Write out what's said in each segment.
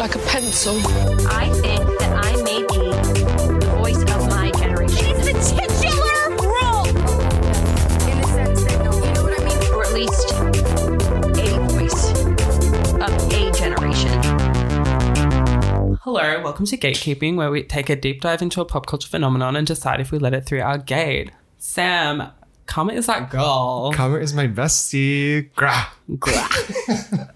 so I think that I may be the voice of my generation. It's the titular role. In the sense that, no, you know what I mean? or at least a voice of a generation. Hello, welcome to Gatekeeping, where we take a deep dive into a pop culture phenomenon and decide if we let it through our gate. Sam, Karma is that girl. Karma is my bestie. Grah. Grah.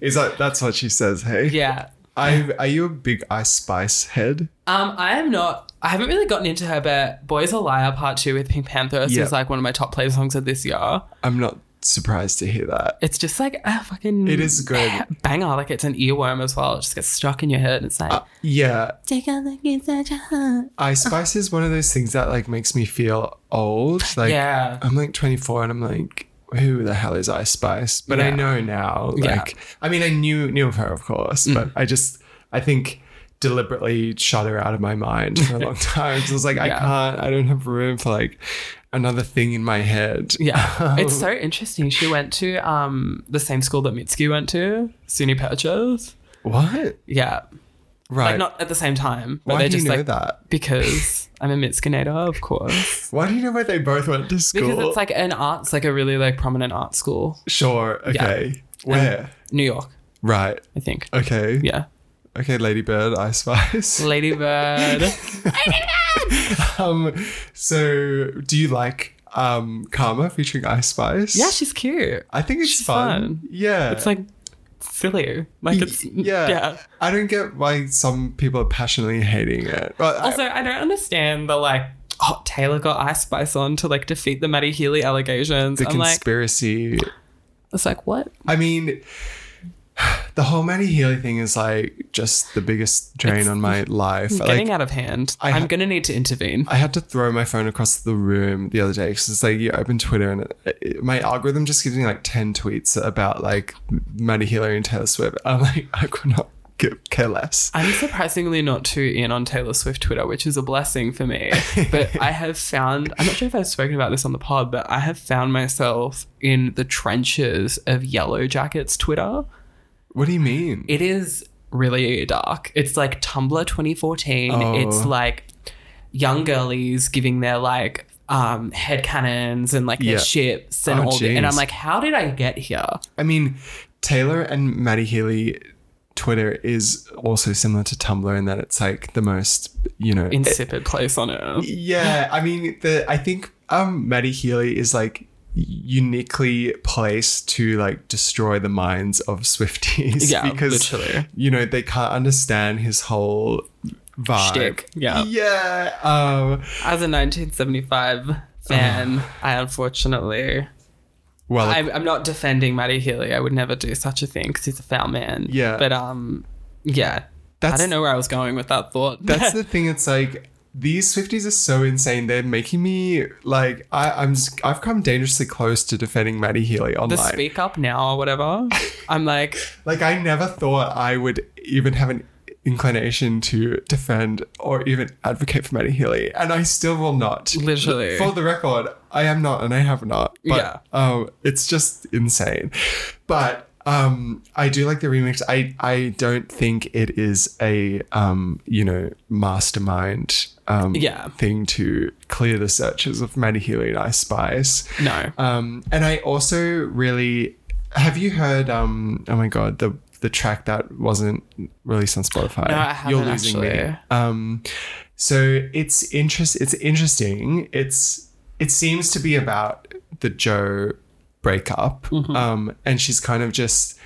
Is that that's what she says? Hey, yeah. I, are you a big Ice Spice head? Um, I am not. I haven't really gotten into her, but "Boys Are Liar" Part Two with Pink Panther Yeah. is like one of my top play songs of this year. I'm not surprised to hear that. It's just like a fucking. It is good. banger. Like it's an earworm as well. It just gets stuck in your head. It's Uh, like Yeah, take a look inside your heart. Uh-huh. Ice Spice is one of those things that like makes me feel old. Like Yeah. I'm like 24 and I'm like, who the hell is Ice Spice? But I Yeah. know now. Like Yeah. Mm. I mean I knew knew of her of course, but I just I think deliberately shut her out of my mind for a long time. So I was like, I Yeah. can't, I don't have room for like another thing in my head. Yeah, it's so interesting. She went to um the same school that Mitsuki went to, SUNY Purchase. What? Yeah, Right. like not at the same time, but Why they do you just know like that? because I'm a Mitskinator, of course. Why do you know where they both went to school? Because it's like an arts, like a really like prominent art school, Sure, okay. Um, Where? New York, right. I think. Okay. Yeah, Okay, Ladybird, Ice Spice. Ladybird. Um, so do you like um Karma featuring Ice Spice? yeah, she's cute. I think it's she's fun. fun. Yeah. It's like silly. Like it's yeah. yeah. I don't get why some people are passionately hating it. But I- Also, I don't understand the like. Oh, Taylor got Ice Spice on to like defeat the Maddie Healy allegations. the I'm like, conspiracy. it's like what? I mean, the whole Maddie Healy thing is like just the biggest drain on my life. Getting Like, out of hand. I I am ha- gonna need to intervene. I had to throw my phone across the room the other day because it's like you open Twitter and it, it- my algorithm just gives me like 10 tweets about like Maddie Healy and Taylor Swift. I'm like, I could not give, care less. I'm surprisingly not too in on Taylor Swift Twitter, which is a blessing for me. But I have found, I'm not sure if I've spoken about this on the pod, but I have found myself in the trenches of Yellow Jackets Twitter. What do you mean? It is really dark. It's like Tumblr 2014. Oh. It's like young girlies giving their like um headcanons and like their Yeah. ships and Oh, all that. And I'm jeez. like, how did I get here? I mean, Taylor and Maddie Healy Twitter is also similar to Tumblr in that it's like the most, you know, Insipid place on earth. yeah. I mean, the I think um Maddie Healy is like uniquely placed to like destroy the minds of Swifties Yeah, because literally. you know they can't understand his whole vibe. Shtick, Oh. yeah. yeah. Um, As a 1975 fan, I unfortunately well, I'm, I'm not defending Matty Healy. I would never do such a thing because he's a foul man. Yeah. But um, yeah. That's- I don't know where I was going with that thought. That's the thing. It's like these Swifties are so insane. They're making me like I, I'm. s- I've come dangerously close to defending Maddie Healy the online. speak up now or whatever. I'm like, Like I never thought I would even have an inclination to defend or even advocate for Maddie Healy, and I still will not. Literally. for the record, I am not, and I have not. But, um, it's just insane. But um, I do like the remix. I I don't think it is a um, you know mastermind. Um, Yeah. thing to clear the searches of Maddie Healy and Ice Spice. no. Um, and I also really have you heard? Um, oh my god, the the track that wasn't released on Spotify. No, I haven't You're losing actually. me. Um, so it's interest. It's interesting. It's it seems to be about the Joe breakup. Mm-hmm. Um, and she's kind of just.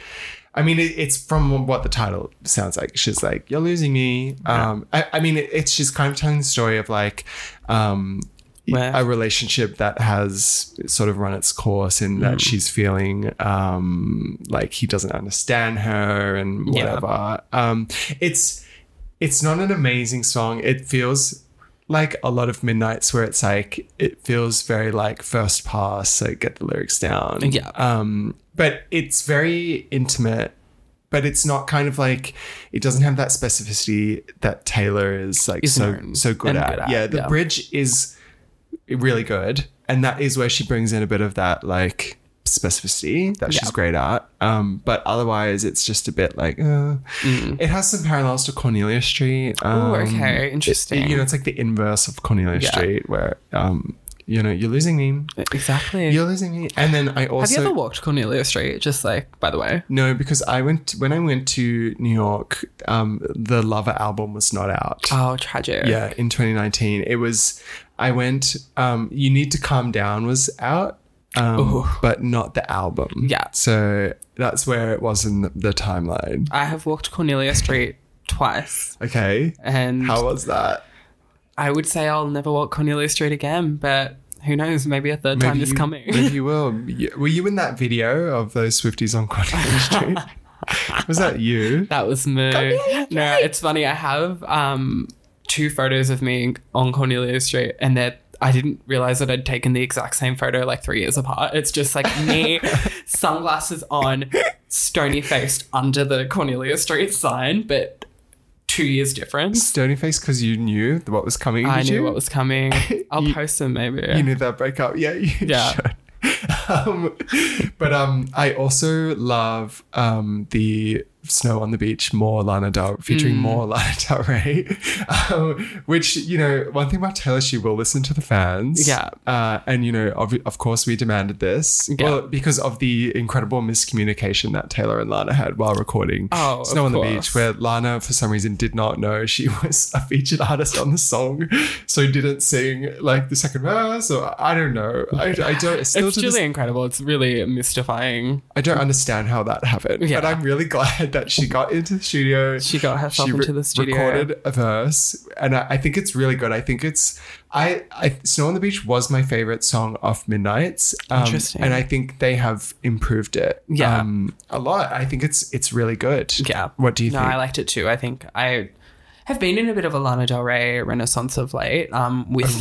I mean, it, it's from what the title sounds like. She's like, "You're losing me." Um, I, I mean, it, it's she's kind of telling the story of like, um, Where- a relationship that has sort of run its course in Hmm. that she's feeling um, like he doesn't understand her and Yeah. whatever. Um, it's it's not an amazing song. It feels like a lot of midnights where it's like it feels very like first pass, so get the lyrics down. Yeah. Um, but it's very intimate. But it's not kind of like it doesn't have that specificity that Taylor is like Is so known so good and at. good at, Yeah, the yeah. bridge is really good, and that is where she brings in a bit of that like specificity that she's great at. Um, but otherwise, it's just a bit like uh, it has some parallels to Cornelia Street. Um, Mm. Ooh, Oh, okay, it- interesting. you know, it's like the inverse of Cornelia Yeah. Street, where um, you know you're losing me, Exactly. you're losing me, and then I also Have you ever walked Cornelia Street? Just like, by the way. no, because I went when I went to New York, um, the Lover album was not out. Oh, tragic. yeah, in 2019, it was. I went. Um, you need to calm down was out, um, but not the album. Yeah. so that's where it was in the, the timeline. I have walked Cornelia Street twice, Okay, and how was that? I would say I'll never walk Cornelia Street again. But who knows? Maybe a third time is you, coming. Maybe you will. You- Were you in that video of those Swifties on Cornelia Street? was that you? That was me. No, it's funny. I have um, two photos of me on Cornelia Street, and that I didn't realize that I'd taken the exact same photo like three years apart. It's just like me, sunglasses on, stony faced under the Cornelia Street sign, but two years difference. Stony face because you knew what was coming. I did knew you? what was coming. I'll You- post them maybe. you knew that breakup. Yeah, you Yeah. should. Um, but um, I also love um, the Snow on the Beach, more Lana Del featuring Mm. more Lana Del Rey, um, which you know one thing about Taylor, she will listen to the fans. Yeah. uh, and you know of, of course we demanded this. Yeah. Well, because of the incredible miscommunication that Taylor and Lana had while recording Oh, Snow of on the course. Beach, where Lana for some reason did not know she was a featured artist on the song, so didn't sing like the second verse, or I don't know. I, I don't. Still it's to this- really incredible. It's really mystifying. I don't understand how that happened, Yeah. but I'm really glad that she got into the studio. She got herself into the studio. Recorded a verse, and I, I think it's really good. I think it's I, I Snow on the Beach was my favorite song off Midnight's. um, Interesting. and I think they have improved it. Yeah. um, a lot. I think it's it's really good. Yeah. What do you no, think? I liked it too. I think I have been in a bit of a Lana Del Rey renaissance of late. Um, with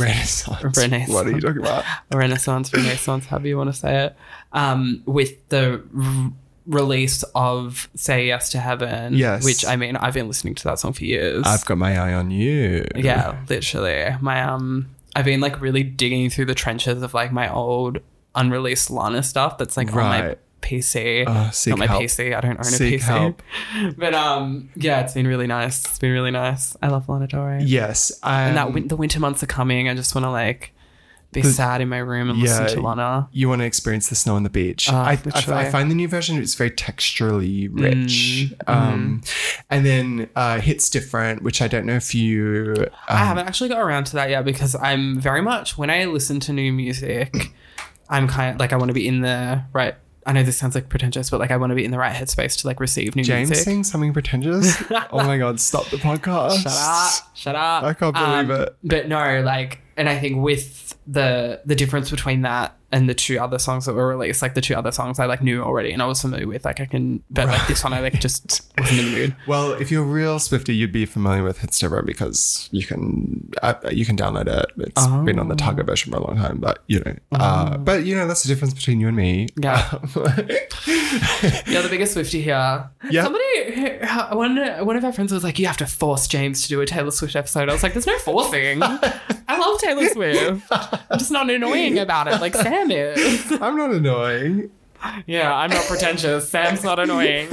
Renaissance. Renaissance. What are you talking about? renaissance, renaissance, however you want to say it. Um, with the r- release of "Say Yes to Heaven," Yes. which I mean, I've been listening to that song for years. I've got my eye on you. yeah, literally. My um, I've been like really digging through the trenches of like my old unreleased Lana stuff that's like on my Right. PC. Uh, seek Not my help. PC. I don't own a Seek PC. help. But um, yeah, it's been really nice. It's been really nice. I love Lana Del Rey. Yes. Um, And that win- the winter months are coming. I just want to like be sad in my room and yeah, listen to Lana. You want to experience the snow on the beach. Ah, I, I, I literally. find the new version is very texturally rich. Mm-hmm. um, And then uh, Hits Different, which I don't know if you. Um, I haven't actually got around to that yet because I'm very much when I listen to new music, I'm kind of like I want to be in the right. I know this sounds like pretentious, but like I want to be in the right headspace to like receive new James music. sing something pretentious? oh my God, stop the podcast. Shut up! Shut up! Um, I can't believe it. But no, like, and I think with the the difference between that and the two other songs that were released, like the two other songs I like knew already and I was familiar with, like I can, but like this one I like just wasn't in the mood. Well, if you're a real Swifty, you'd be familiar with Hits Different because you can uh, you can download it. It's been on the Target version for a long time, but you know, uh, but you know that's the difference between you and me. Yeah. Um, You're the biggest Swifty here. Yeah. Somebody, one, one of our friends was like, you have to force James to do a Taylor Swift episode. I was like, there's no forcing. I love Taylor Swift. I'm just not annoying about it like Sam is. I'm not annoying. Yeah, I'm not pretentious. Sam's not annoying.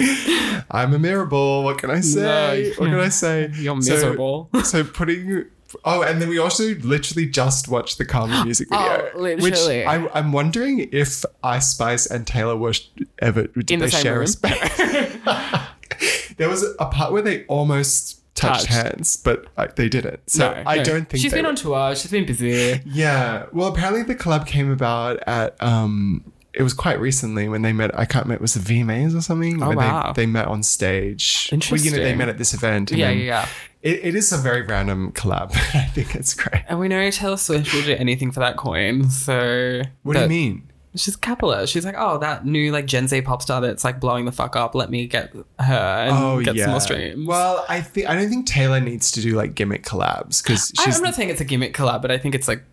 I'm a mirable. What can I say? No, what can yeah. I say? You're So- miserable. So, putting. Oh, and then we also literally just watched the Carmen music video. Oh, literally. Which I, I'm wondering if Ice Spice and Taylor were sh- ever did In the they same share a room? space? there was a part where they almost touched, Touched. hands, but uh, they didn't. So No, I no. don't think she's they been were. on tour. She's been busy. Yeah. Well, apparently the club came about at um it was quite recently when they met. I can't remember. Was the VMAs or something? Oh, when wow. They, they met on stage. Well, you know, they Interesting. met at this event. and Yeah, then- yeah, yeah. It, it is a very random collab. but I think it's great. And we know Taylor Swift will do anything for that coin. So What do that- you mean? She's capitalist. She's like, oh, that new like Gen Z pop star that's like blowing the fuck up. Let me get her and Oh get yeah. some more streams. Well, I think I don't think Taylor needs to do like gimmick collabs because I, she's am not saying it's a gimmick collab, but I think it's like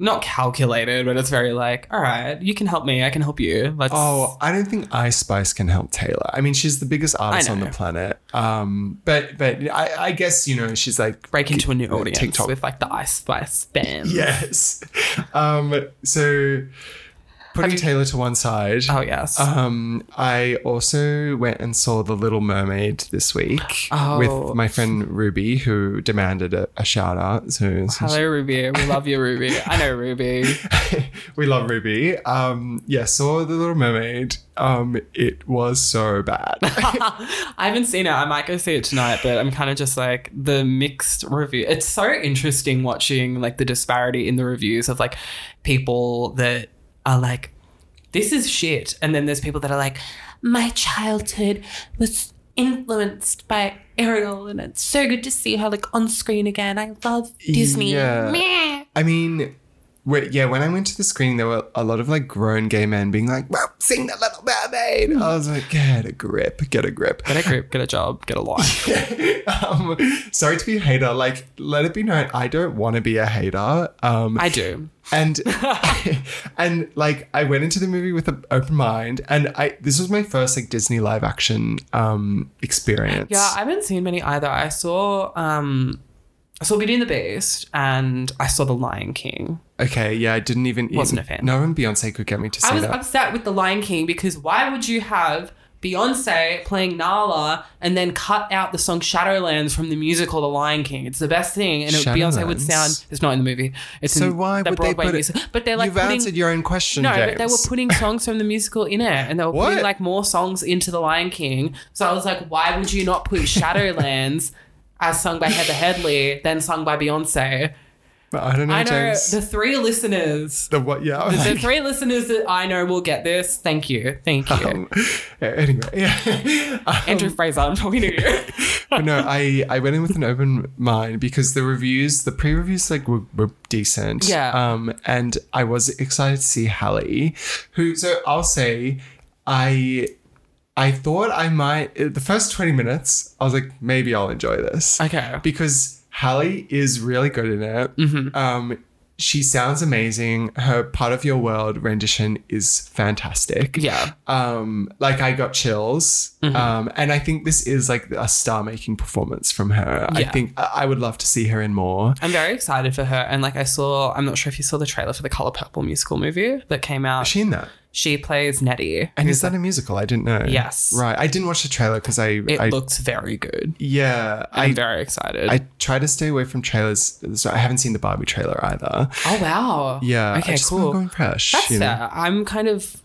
not calculated, but it's very like, all right, you can help me, I can help you. Let's. Oh, I don't think Ice Spice can help Taylor. I mean, she's the biggest artist on the know. planet. Um, but but I, I guess you know she's like break into a new audience uh, TikTok. with like the Ice Spice band. Yes. Um, so putting you- Taylor to one side. Oh yes. Um, I also went and saw The Little Mermaid this week Oh. with my friend Ruby, who demanded a, a shout out. So, so Hello Ruby. We love you, Ruby. I know Ruby. we love Ruby. Um, yeah, saw The Little Mermaid. Um, it was so bad. I haven't seen it. I might go see it tonight, but I'm kind of just like the mixed review. It's so interesting watching like the disparity in the reviews of like people that are like, this is shit. And then there's people that are like, my childhood was influenced by Ariel, and it's so good to see her like on screen again. I love Disney. Yeah. Meh. I mean, we yeah, when I went to the screening, there were a lot of like grown gay men being like, well, sing The Little Mermaid. I was like, get a grip, get a grip. get a group, get a job, get a life. um, sorry to be a hater. Like, let it be known, I don't want to be a hater. Um, I do. and and like I went into the movie with an open mind, and I this was my first like Disney live action um experience. Yeah, I haven't seen many either. I saw um I saw Beauty and the Beast and I saw The Lion King. okay, yeah, I didn't even Wasn't a fan. No one Beyonce could get me to see I was that. upset with The Lion King because why would you have Beyonce playing Nala and then cut out the song Shadowlands from the musical The Lion King? It's the best thing, and it, Beyonce would Shadowlands? sound. It's not in the movie. It's so in why the would Broadway they put music. it? But they're like you've putting, answered your own question, no, James. but they were putting songs from the musical in it, and they were putting What? like more songs into The Lion King. So I was like, why would you not put Shadowlands? As sung by Heather Headley, then sung by Beyonce. But I don't know, I know James. the three listeners The what? Yeah. I'm the like, three listeners that I know will get this. Thank you. Thank you. um, anyway, yeah. Um, Andrew Fraser, I'm talking to you. But no, I, I went in with an open mind because the reviews, the pre-reviews, like were, were decent. Yeah. Um, and I was excited to see Hallie, who. So I'll say, I, I thought I might. The first twenty minutes, I was like, maybe I'll enjoy this. Okay. Because Hallie is really good in it. Mm-hmm. Um. She sounds amazing. Her part of your world rendition is fantastic yeah. um like i got chills Mm-hmm. um and i think this is like a star making performance from her Yeah. i think I-, I would love to see her in more I'm very excited for her. And like I saw, I'm not sure if you saw the trailer for the Color Purple musical movie that came out. is She, she in that plays Nettie. and is that a musical i didn't know Yes. right i didn't watch the trailer because i It I, looks very good. yeah I'm i very excited. i try to stay away from trailers so i haven't seen the barbie trailer either oh, wow. yeah Okay, i just want to go cool. impress That's you know? fair. I'm kind of,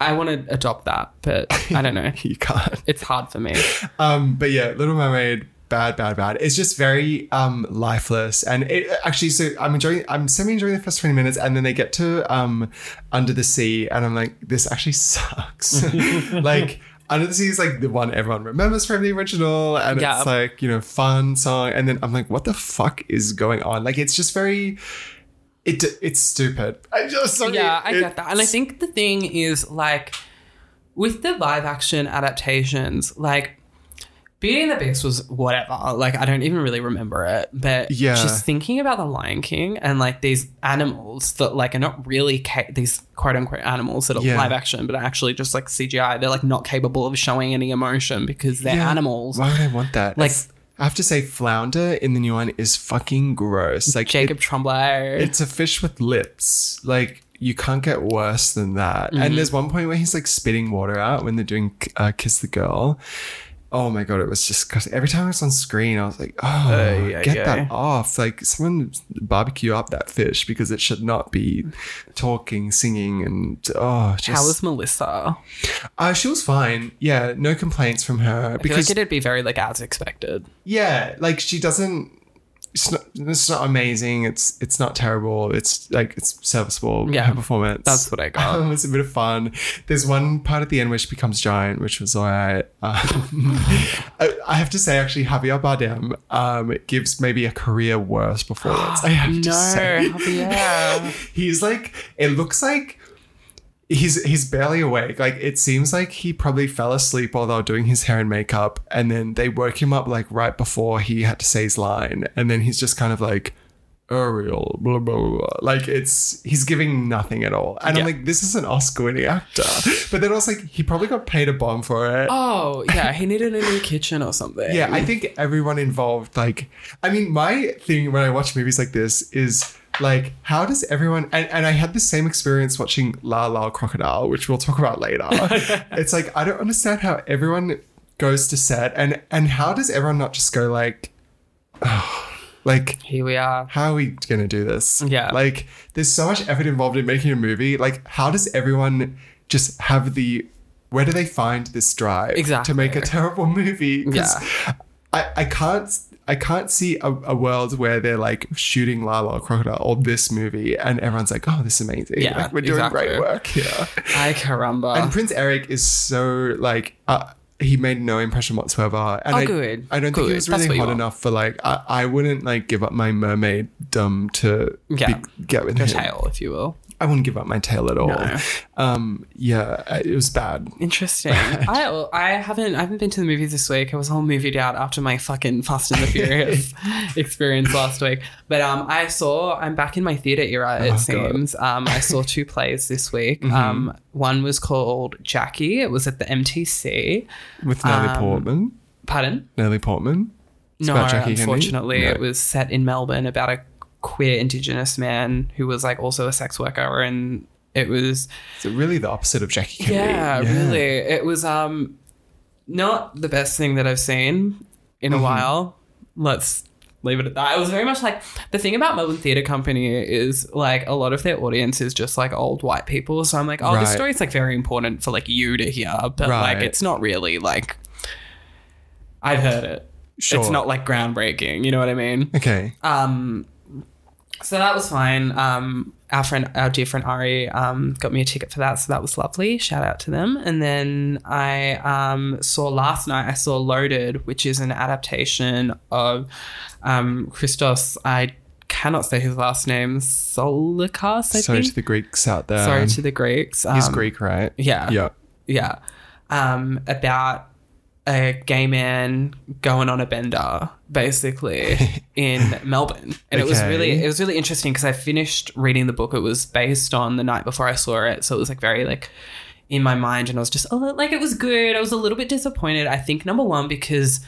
I want to adopt that, but I don't know. you can't It's hard for me. Um, but yeah, Little Mermaid, bad, bad, bad. It's just very um lifeless, and it actually. So I'm enjoying. I'm semi enjoying the first twenty minutes, and then they get to um Under the Sea, and I'm like, this actually sucks. like. Under the Sea is like the one everyone remembers from the original, and Yeah. it's like, you know, fun song. And then I'm like, what the fuck is going on? Like, it's just very, it it's stupid. I just, sorry, Yeah, I it's- get that. And I think the thing is like with the live action adaptations, like Beauty and the Beast was whatever. Like I don't even really remember it, but Yeah. just thinking about the Lion King and like these animals that like are not really ca- these quote unquote animals that are Yeah. live action, but are actually just like CGI. They're like not capable of showing any emotion because they're Yeah, animals. Why would I want that? Like- It's- I have to say, flounder in the new one is fucking gross. Like it- Jacob Tremblay. It's a fish with lips. Like you can't get worse than that. Mm-hmm. And there's one point where he's like spitting water out when they're doing uh, "Kiss the Girl." Oh my god, it was just disgusting. Every time it was on screen, I was like, "Oh, yeah, get yeah. that off!" Like someone barbecue up that fish because it should not be talking, singing, and oh, just How was Melissa? uh, she was fine. Yeah, no complaints from her I feel like because it'd be very like as expected. yeah, like she doesn't. It's not, it's not amazing. It's it's not terrible. It's like it's serviceable. Yeah, her performance. that's what I got. Um, it's a bit of fun. There's one part at the end where she becomes giant, which was alright. Um, I, I have to say, actually, Javier Bardem um, gives maybe a career worst performance. I have to No, say, Javier. he's like it looks like he's he's barely awake. Like it seems like he probably fell asleep while they were doing his hair and makeup, and then they woke him up like right before he had to say his line, and then he's just kind of like Ariel, blah blah blah. blah. Like it's he's giving nothing at all, and Yeah. I'm like, this is an Oscar-winning actor, but then I was like, he probably got paid a bomb for it. Oh yeah, he needed a new kitchen or something. Yeah, I think everyone involved, like, I mean, my thing when I watch movies like this is Like, how does everyone? And, and I had the same experience watching La La Crocodile, which we'll talk about later. it's like I don't understand how everyone goes to set, and and how does everyone not just go like, like Here we are. how are we gonna do this? Yeah. Like, there's so much effort involved in making a movie. Like, how does everyone just have the where do they find this drive Exactly. to make a terrible movie? 'Cause I, I can't I can't see a, a world where they're like shooting La La Crocodile or this movie and everyone's like, oh, this is amazing. Yeah, Like, we're doing exactly. great work here. Ay, caramba. And Prince Eric is so like uh, he made no impression whatsoever. And Oh, I, good. I don't think Good. he was That's really what you hot want. enough for like I, I wouldn't like give up my mermaid dumb to Yeah. get with Your him. tail, if you will. I wouldn't give up my tail at all. No. Um, yeah, I- it was bad. Interesting. I well, I haven't I haven't been to the movies this week. I was all movied out after my fucking Fast and the Furious experience last week. But um, I saw I'm back in my theater era. It God. seems. Um, I saw two plays this week. Um, one was called Jackie. It was at the MTC. With Natalie Um, Portman. Pardon? Natalie Portman. no, about Jackie Kennedy? unfortunately, No. it was set in Melbourne about a queer Indigenous man who was like also a sex worker, and it was It's really the opposite of Jackie Kennedy. Yeah, really. It was um not the best thing that I've seen in Mm-hmm. a while. Let's leave it at that. It was very much like the thing about Melbourne Theatre Company is like a lot of their audience is just like old white people. So I'm like, oh, this Right. story's like very important for like you to hear, but like Right. it's not really like I've heard it. Sure. It's not like groundbreaking, you know what I mean? Okay. Um, so that was fine. Um, our friend, our dear friend Ari, um, got me a ticket for that, so that was lovely. Shout out to them. And then I um, saw last night. I saw Loaded, which is an adaptation of um, Christos. I cannot say his last name. Solikas, I Sorry think. to the Greeks out there. Sorry to the Greeks. Um, He's Greek, right? yeah. Yeah. yeah, um, about a gay man going on a bender, basically in Melbourne, and it was Okay. really it was really interesting because I finished reading the book. It was based on the night before I saw it, so it was like very like in my mind, and I was just oh, like it was good. I was a little bit disappointed. I think number one because.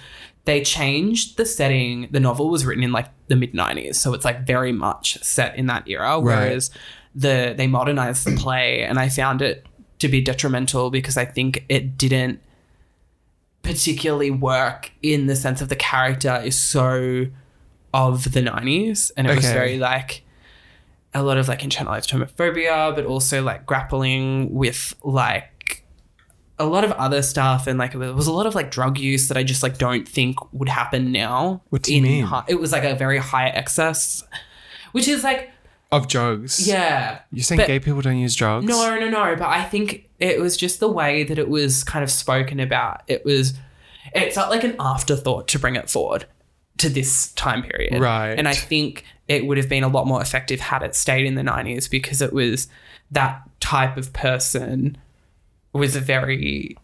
They changed the setting. The novel was written in like the mid 90s, so it's like very much set in that era. Whereas the they modernized the play, and I found it to be detrimental because I think it didn't particularly work in the sense of the character is so of the 90s and it was Okay. very like a lot of like internalized homophobia but also like grappling with like a lot of other stuff and like there was a lot of like drug use that I just like don't think would happen now. What do you in mean? hi- it was like a very high excess, which is like Of drugs. yeah. You're saying But- gay people don't use drugs? no, no, no. But I think it was just the way that it was kind of spoken about. It was, it felt like an afterthought to bring it forward to this time period. Right. And I think it would have been a lot more effective had it stayed in the 90s because it was that type of person was very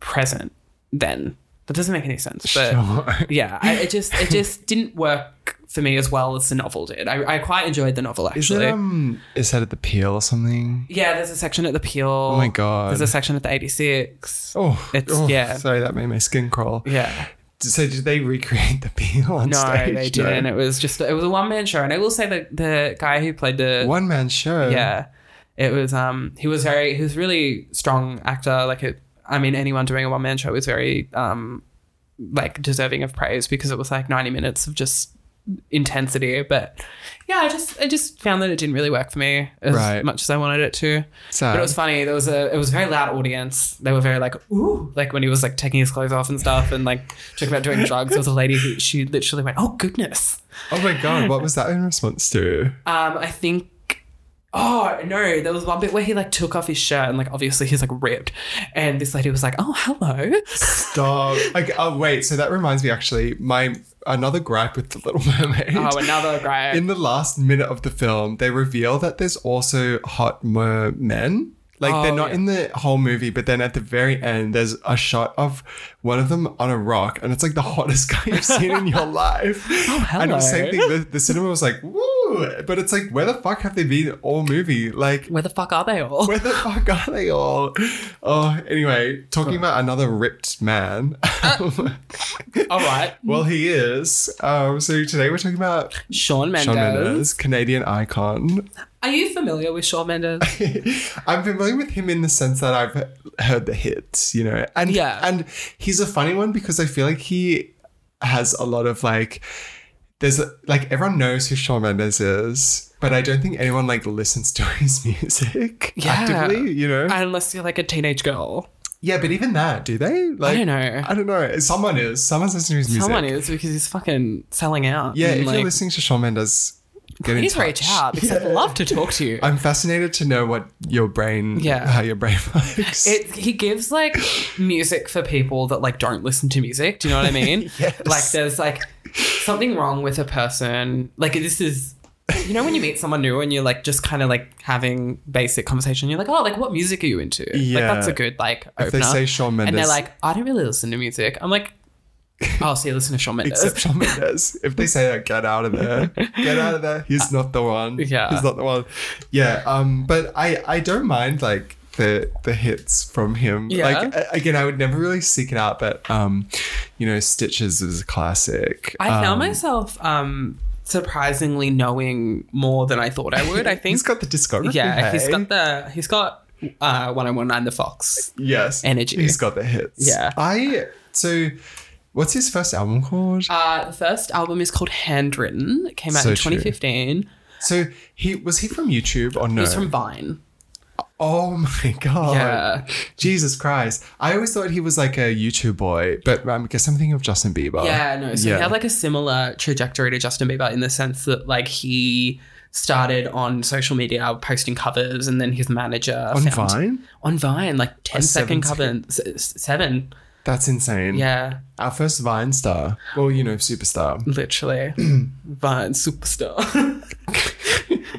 present then. That doesn't make any sense. But Sure. yeah, I, it just it just didn't work for me as well as the novel did. I, I quite enjoyed the novel Is actually. it um is that at the peel or something? Yeah, there's a section at the Peel. Oh my God. There's a section at the 86. Oh, It's- oh, yeah. Sorry, that made my skin crawl. Yeah. So did they recreate the peel on No, stage? they didn't. It was just it was a one man show, and I will say that the guy who played the One man show. yeah, it was um he was very he was really strong actor. Like it, I mean, anyone doing a one man show is very um like deserving of praise because it was like 90 minutes of just intensity. But yeah, I just I just found that it didn't really work for me as Right. much as I wanted it to. Sad. But it was funny. There was a it was a very loud audience. They were very like ooh, like when he was like taking his clothes off and stuff, and like talking about doing drugs. There was a lady who she literally went, "Oh goodness." Oh my god, what was that in response to? Um, I think. Oh no! There was one bit where he like took off his shirt and like obviously he's like ripped, and this lady was like, "Oh hello." Stop. Like, oh wait, so that reminds me actually, my another gripe with the Little Mermaid. Oh, another guy. in the last minute of the film, they reveal that there's also hot mer- men. Like Oh, they're not yeah. in the whole movie, but then at the very end, there's a shot of one of them on a rock, and it's like the hottest guy you've seen in your life. Oh, And it was the hello. same thing. The, the cinema was like, "Woo!" know. But it's like, where the fuck have they been all movie? Like, Where the fuck are they all? where the fuck are they all? Oh, anyway, talking about another ripped man. Uh. all right. well, he is. Um, so today we're talking about Sean Mendes. Shawn Mendes, Canadian icon. Are you familiar with Sean Mendes? I'm familiar with him in the sense that I've heard the hits, you know, and Yeah. and he's a funny one because I feel like he has a lot of like, there's like everyone knows who Shawn Mendes is, but I don't think anyone like listens to his music Yeah. actively, you know. Unless you're like a teenage girl. yeah, but even that, do they? Like, don't know. I don't know. Someone is. Someone's listening to his music. Someone is because he's fucking selling out. Yeah, And, if like, you're listening to Shawn Mendes, get in please touch. reach out because I'd love to talk to you. I'm fascinated to know what your brain, Yeah. how your brain works. It, he gives like music for people that like don't listen to music. Do you know what I mean? Yes. Like there's like something wrong with a person. Like this is you know when you meet someone new and you're like just kind of like having basic conversation. You're like, oh, like what music are you into? Like Yeah. that's a good like opener. If they say Shawn Mendes, and they're like, I don't really listen to music. I'm like, oh, so you listen to Shawn Mendes? except Shawn Mendes. If they say that, get out of there, get out of there. He's not the one. Yeah. he's not the one. Yeah. Um. But I I don't mind like the the hits from him. Yeah. Like a- again, I would never really seek it out, but um, you know, Stitches is a classic. I um, found myself um surprisingly knowing more than I thought I would. I think. He's got the discography. yeah, he's hey? got the he's got uh 1019 the Fox. yes energy. He's got the hits. Yeah. I so. What's his first album called? Uh, the first album is called Handwritten. It came out So in true. 2015. So he was he from YouTube or no? It was from Vine. oh my god! Yeah. Jesus Christ! I always thought he was like a YouTube boy, but um, I guess I'm thinking of Justin Bieber. yeah, no. So Uh, yeah. he had like a similar trajectory to Justin Bieber in the sense that like he started on social media posting covers, and then his manager on found- Vine. on Vine like 10 second seven covers s- seven. That's insane. Yeah, Our first Vine star. Well, you know, superstar. literally Vine superstar.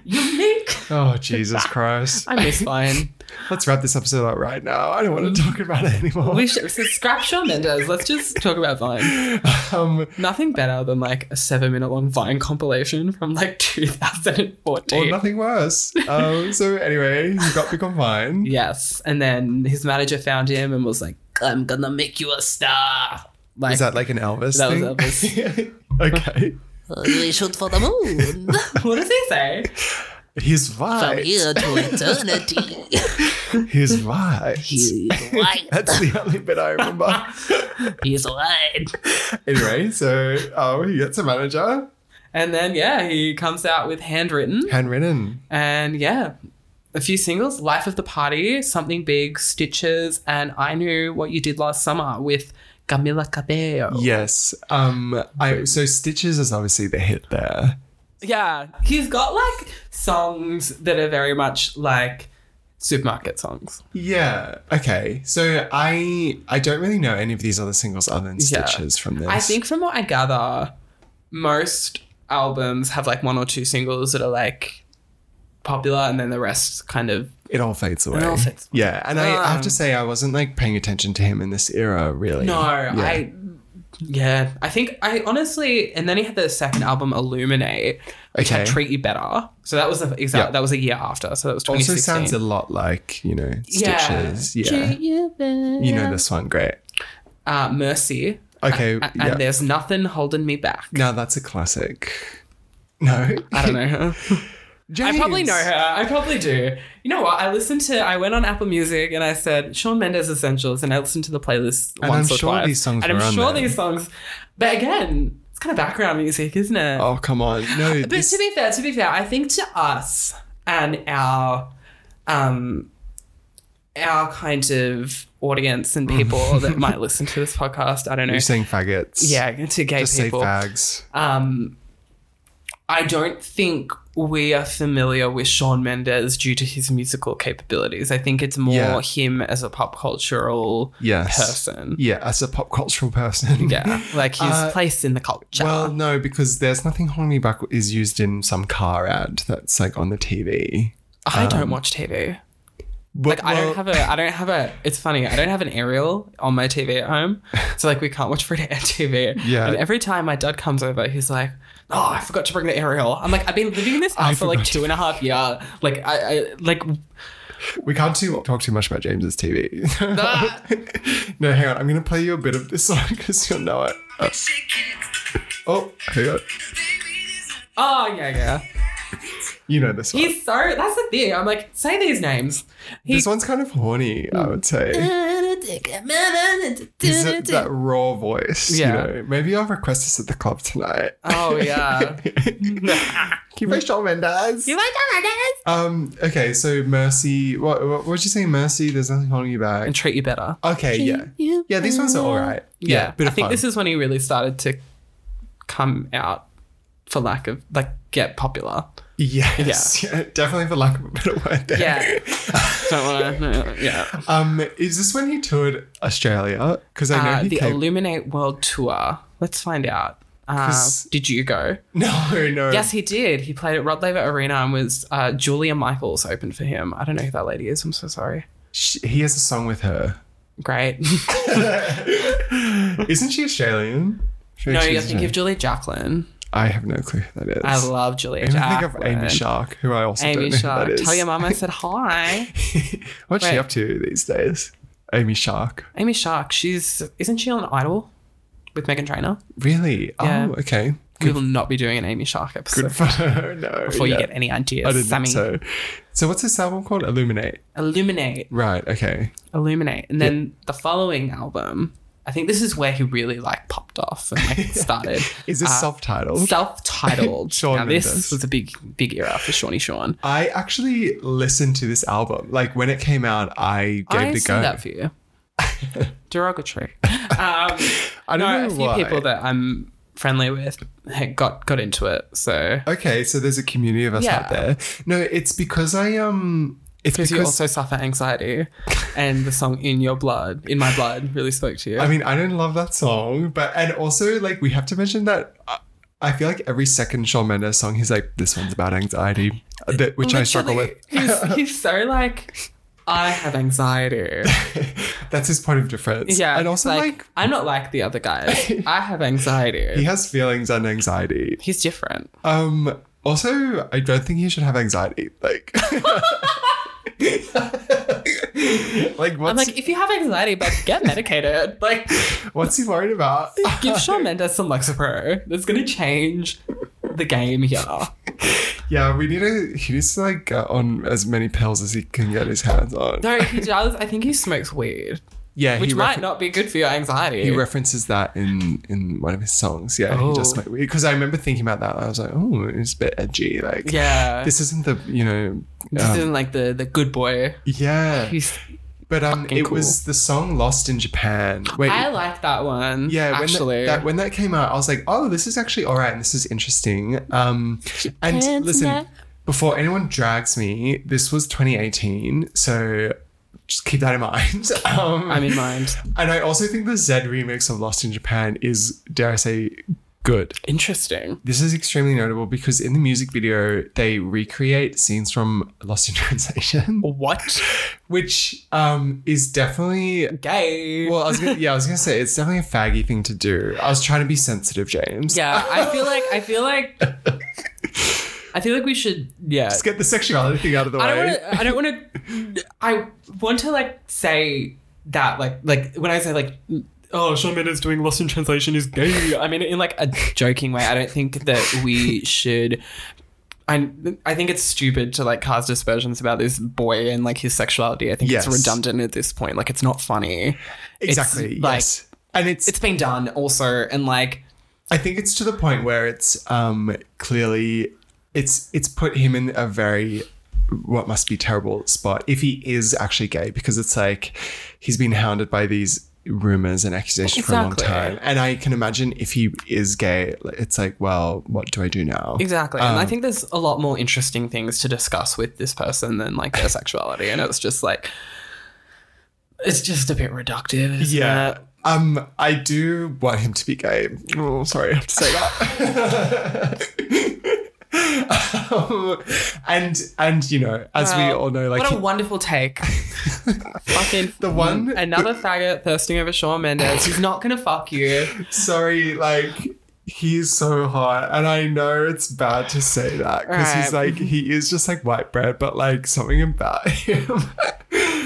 Unique. Oh Jesus Christ! I miss Vine. Let's wrap this episode up right now. I don't want to talk about it anymore. Mm. We should so scrap Shawn Mendes. Let's just talk about Vine. um, Nothing better than like a seven minute long Vine compilation from like or 2014. nothing worse. Um, so anyway, he got big on Vine. yes. And then his manager found him and was like, I'm gonna make you a star. Like, Is that like an Elvis? That was thing? Elvis. okay. We shoot for the moon what does he say? His from vibes. here to eternity. His vibes. He's white. That's the only bit I remember. He's white. anyway, so um, he gets a manager, And then, yeah, he comes out with Handwritten. handwritten. And yeah, a few singles Life of the Party, Something Big, Stitches, and I Knew What You Did Last Summer with Camila Cabello. Yes. Um. I so stitches is obviously the hit there. Yeah, he's got like songs that are very much like supermarket songs. Yeah. Okay. So I I don't really know any of these other singles other than Yeah. stitches from this. I think from what I gather, most albums have like one or two singles that are like popular and then the rest kind of it all fades away. all fades away. Yeah. And I, I have to Um, say I wasn't like paying attention to him in this era really. No, Yeah. I yeah, I think I honestly and then he had the second album Illuminate, which had Okay. Treat You Better. So that was the exact Yeah. that was a year after. So that was also 2016. sounds a lot like you know Yeah. stitches. Yeah. You know this one great. uh, Mercy. Okay. A- And yeah. there's nothing holding me back. Now that's a classic. No, I don't know her. I probably know her. I probably do. You know what? I listened to. I went on Apple Music and I said Shawn Mendes Essentials, and I listened to the playlist And once I'm or sure twice. these songs and I'm were on sure there. these songs. But again, it's kind of background music, isn't it? Oh come on, no. but this- to be fair, to be fair, I think to us and our, um, our kind of audience and people that might listen to this podcast, I don't know. you're saying faggots. Yeah, to gay just people. say fags. um, I don't think we are familiar with Sean Mendes due to his musical capabilities. I think it's more Yeah. him as a pop cultural Yes. person. Yeah, as a pop cultural person. Yeah, like his Uh, place in the culture. Well, no, because there's nothing holding me back is used in some car ad that's like on the TV. I um, don't watch TV. Like But, I don't have a, I don't have a. It's funny. I don't have an aerial on my TV at home, so like we can't watch free to air TV. Yeah. And every time my dad comes over, he's like, oh, I forgot to bring the aerial. I'm like, I've been living in this I house for like forgot two and a half year. Like, I, I like, We can't too, talk too much about James's TV. no, hang on. I'm going to play you a bit of this song because you'll know it. Uh, oh, hang on. oh yeah, yeah. You know this one. He's so. That's the thing. I'm like, say these names. He, this one's kind of horny, I would Mm. say. Is it that raw voice? Yeah. You know, maybe I'll request this at the club tonight. oh yeah. Keep my show, Mendes. Um, okay, so Mercy, what, what, what did you say, Mercy? There's nothing holding you back. and treat you better. Okay, yeah. Yeah, these ones are all right. Yeah, bit I of think fun. this is when he really started to come out, for lack of like, get popular. Yes, yeah. definitely for lack of a better word there. Yeah. Don't want to. Yeah. Um, is this when he toured Australia? Because I know Uh, he the came. Illuminate World Tour. Let's find out. Uh, 'Cause- did you go? no, no. Yes, he did. He played at Rod Laver Arena and was uh, Julia Michaels opened for him. I don't know who that lady is. I'm so sorry. She, he has a song with her. Great. Isn't she no, Australian? you She's think Australian. of Julia Jacqueline. I have no clue who that is. I love Julia I even think Jacqueline. of Amy Shark, who I also Amy don't know Shark. who that is. Tell your mum I said hi. What's she Wait. up to these days? Amy Shark. Amy Shark. She's isn't she on Idol with Megan Trainor? Really? Yeah. Oh, okay. We will not be doing an Amy Shark episode Good for her. No. before yeah. you get any ideas. I didn't Sammy. think so. So what's this album called? Illuminate. Illuminate. Right. Okay. Illuminate. And then the following album, I think this is where he really like popped off and like started. Is this Uh, self-titled? Self-titled. Shawn now this Mendes. was a big, big era for Shawnee Shawn. I actually listened to this album. Like when it came out, I gave I it a said go. that for you. Derogatory. Um, I don't no, know a few why. people that I'm friendly with had got got into it. So okay, so there's a community of us out Yeah. there. No, it's because I um, it's because because you also suffer anxiety, and the song "In Your Blood," "In My Blood," really spoke to you. I mean, I don't love that song, but and also like we have to mention that uh, I feel like every second Shawn Mendes song, he's like, "This one's about anxiety," uh, that, which I struggle with. Literally, He's, he's so like, I have anxiety. That's his point of difference. Yeah, and also like, I'm not like the other guys. I have anxiety. he has feelings and anxiety. He's different. Um, also, I don't think he should have anxiety. Like, like I'm what's like, if you have anxiety, but get medicated. Like, what's he worried about? give Shawn Mendes some Lexapro. That's gonna change the game here. Yeah, we need to. He needs to like get on as many pills as he can get his hands on. No, he does. I think he smokes weed, yeah, which he might refer- not be good for your anxiety. He references that in in one of his songs. Yeah, he does Oh. smoke weed because I remember thinking about that. I was like, oh, it's a bit edgy. Like, yeah, this, this isn't the you know. um, isn't like the the good boy. yeah, He's, but um, fucking it cool. was the song "Lost in Japan." Wait, I like that one. yeah, when actually, that, that when that came out, I was like, oh, this is actually all right, and this is interesting. Um, and listen, before anyone drags me, this was 2018, so just keep that in mind. Um, I'm in mind. And I also think the Z remix of Lost in Japan is, dare I say, good. Interesting. This is extremely notable because in the music video, they recreate scenes from Lost in Translation, What? which um, is definitely. Gay. Well, I was gonna, yeah, I was gonna say it's definitely a faggy thing to do. I was trying to be sensitive, James. Uh, yeah, I feel like I feel like I feel like we should. Yeah, Let's get the sexuality thing out of the I don't uh, way. want to. I don't want to. I want to like say that like like when I say like. Oh, Shawn Mendes doing Lost in Translation is gay. I mean, in like a joking way. I don't think that we should. I I think it's stupid to like cast aspersions about this boy and like his sexuality. I think Yes. it's redundant at this point. Like, it's not funny. It's, exactly. like, yes. And it's, It's been done also, and like I think it's to the point where it's um clearly it's it's put him in a very what must be terrible spot if he is actually gay because it's like he's been hounded by these rumors and accusations Exactly. for a long time and I can imagine if he is gay like, it's like well what do I do now Exactly. and I Um, think there's a lot more interesting things to discuss with this person than like their sexuality. And it's just like, it's just a bit reductive. Isn't yeah It? um I do want him to be gay oh sorry I have to say that um, and and you know as we Well, all know like what he- a wonderful take. Fucking the one another faggot thirsting over Shawn Mendes. He's not gonna fuck you. sorry, like he's so hot. And I know it's bad to say that because he's like, he is just like white bread, but like something about him.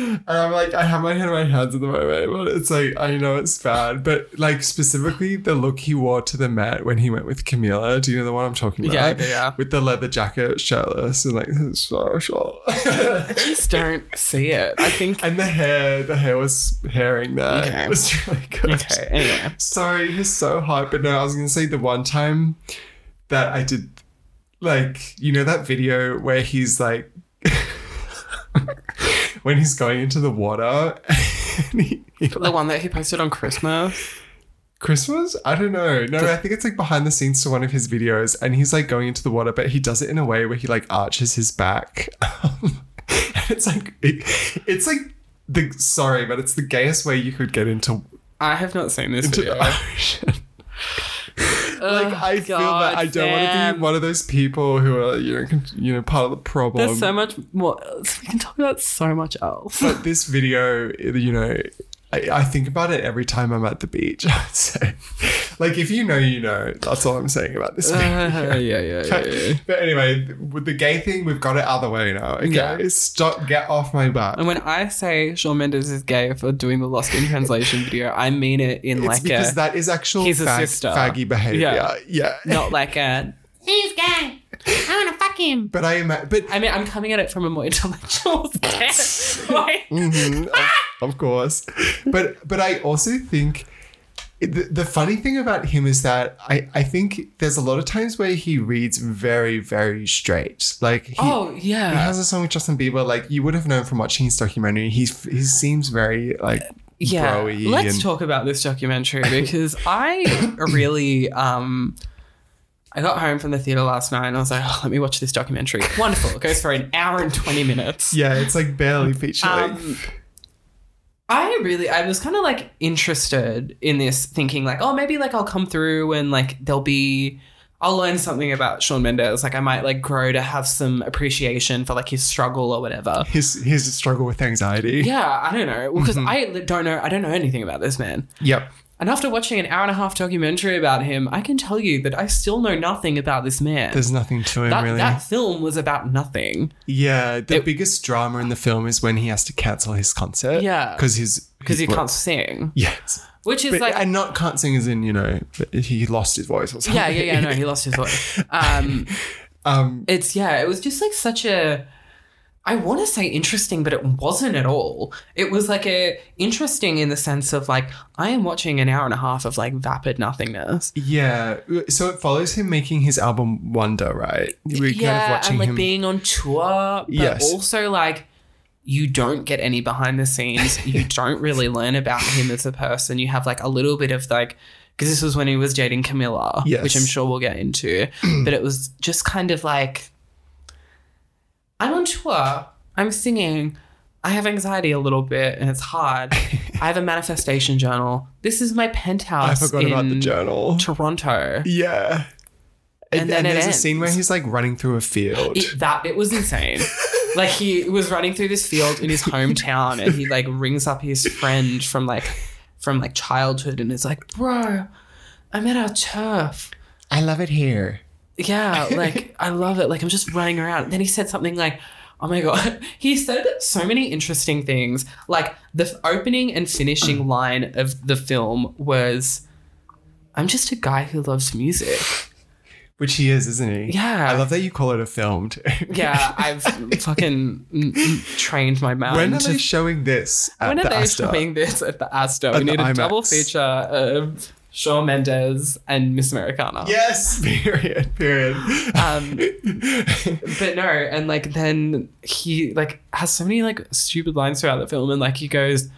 and I'm like, I have my head in my hands at the moment, but it's like, I know it's bad. But like, specifically, the look he wore to the Met when he went with Camila. Do you know the one I'm talking Yeah, about? yeah, yeah. With the leather jacket, shirtless, and like, so short. just don't see it. I think. and the hair, the hair was hairing there. Okay. It was really good. Okay, anyway. Sorry, he's so hot. But no, I was gonna say the one time that I did, like, you know that video where he's like, when he's going into the water. And he, he, like, The one that he posted on Christmas. Christmas? I don't know. No, I think it's like behind the scenes to one of his videos, and he's like going into the water, but he does it in a way where he like arches his back. Um, and it's like it- it's like the sorry, but it's the gayest way you could get into I have not seen this into video. the ocean. like Oh, I feel that I don't want to be one of those people who are you know con- you know part of the problem. There's so much more. else. We can talk about so much else. but this video, you know, I, I think about it every time I'm at the beach. I'd say, like, if you know, you know. That's all I'm saying about this. yeah, video. yeah, yeah, yeah. but anyway, with the gay thing, we've got it other way now. Okay, Yeah. stop. Get off my back. And when I say Shawn Mendes is gay for doing the Lost in Translation video, I mean it in it's like because a that is actual he's a fag- sister. faggy behavior. Yeah. Yeah. not like a. He's gay. I want to fuck him. But I am. But I mean, I'm coming at it from a more intellectual standpoint. Mhm, of, of course. But but I also think the, the funny thing about him is that I, I think there's a lot of times where he reads very very straight. Like he, oh he yeah, has a song with Justin Bieber. Like you would have known from watching his documentary. He's he seems very like Uh, yeah. broy Let's and- talk about this documentary because I really um. I got home from the theater last night and I was like, oh, let me watch this documentary. Wonderful. It goes for an hour and 20 minutes. Yeah, it's like barely feature length. Um, I really, I was kind of like interested in this, thinking like, oh, maybe like I'll come through and like there'll be, I'll learn something about Sean Mendes. Like I might like grow to have some appreciation for like his struggle or whatever. his his struggle with anxiety. Yeah, I don't know, because I li- don't know, I don't know anything about this man. Yep. And after watching an hour and a half documentary about him, I can tell you that I still know nothing about this man. There's nothing to him that, really. that film was about nothing yeah. The It- biggest drama in the film is when he has to cancel his concert. Yeah. Because his because he well, can't sing, Yes. which is But, like and not can't sing as in you know he lost his voice or something. yeah, yeah, yeah. No, he lost his voice. Um, Um, it's yeah, it was just like such a. I want to say interesting, but it wasn't at all. It was like a interesting in the sense of like I am watching an hour and a half of like vapid nothingness. yeah. So it follows him making his album Wonder, right? We're yeah, and like being on tour, but Yes. also like you don't get any behind the scenes. you don't really learn about him as a person. You have like a little bit of like because this was when he was dating Camilla, Yes. which I'm sure we'll get into. but it was just kind of like I'm on tour. I'm singing. I have anxiety a little bit, and it's hard. I have a manifestation journal. This is my I penthouse. forgot about the in journal. Toronto. Yeah. And then it there's ends. a scene where he's like running through a field. it, that it was insane. like he was running through this field in his hometown, and he like rings up his friend from like from like childhood, and is like, "Bro, I'm at our turf. I love it here. Yeah, like I love it. Like I'm just running around." then he said something like. Oh my god, he said so many interesting things. Like the f- opening and finishing line of the film was, "I'm just a guy who loves music." Which he is, isn't he? Yeah. I love that you call it a film. Too. Yeah, I've fucking mm, mm, trained my mind when are to they showing this? At when are the they Astor? showing this at the Astor? At we the need a IMAX. double feature of Shawn Mendes and Miss Americana. Yes. Period. Period. Um, But no, and like then he like has so many like stupid lines throughout the film, and like he goes,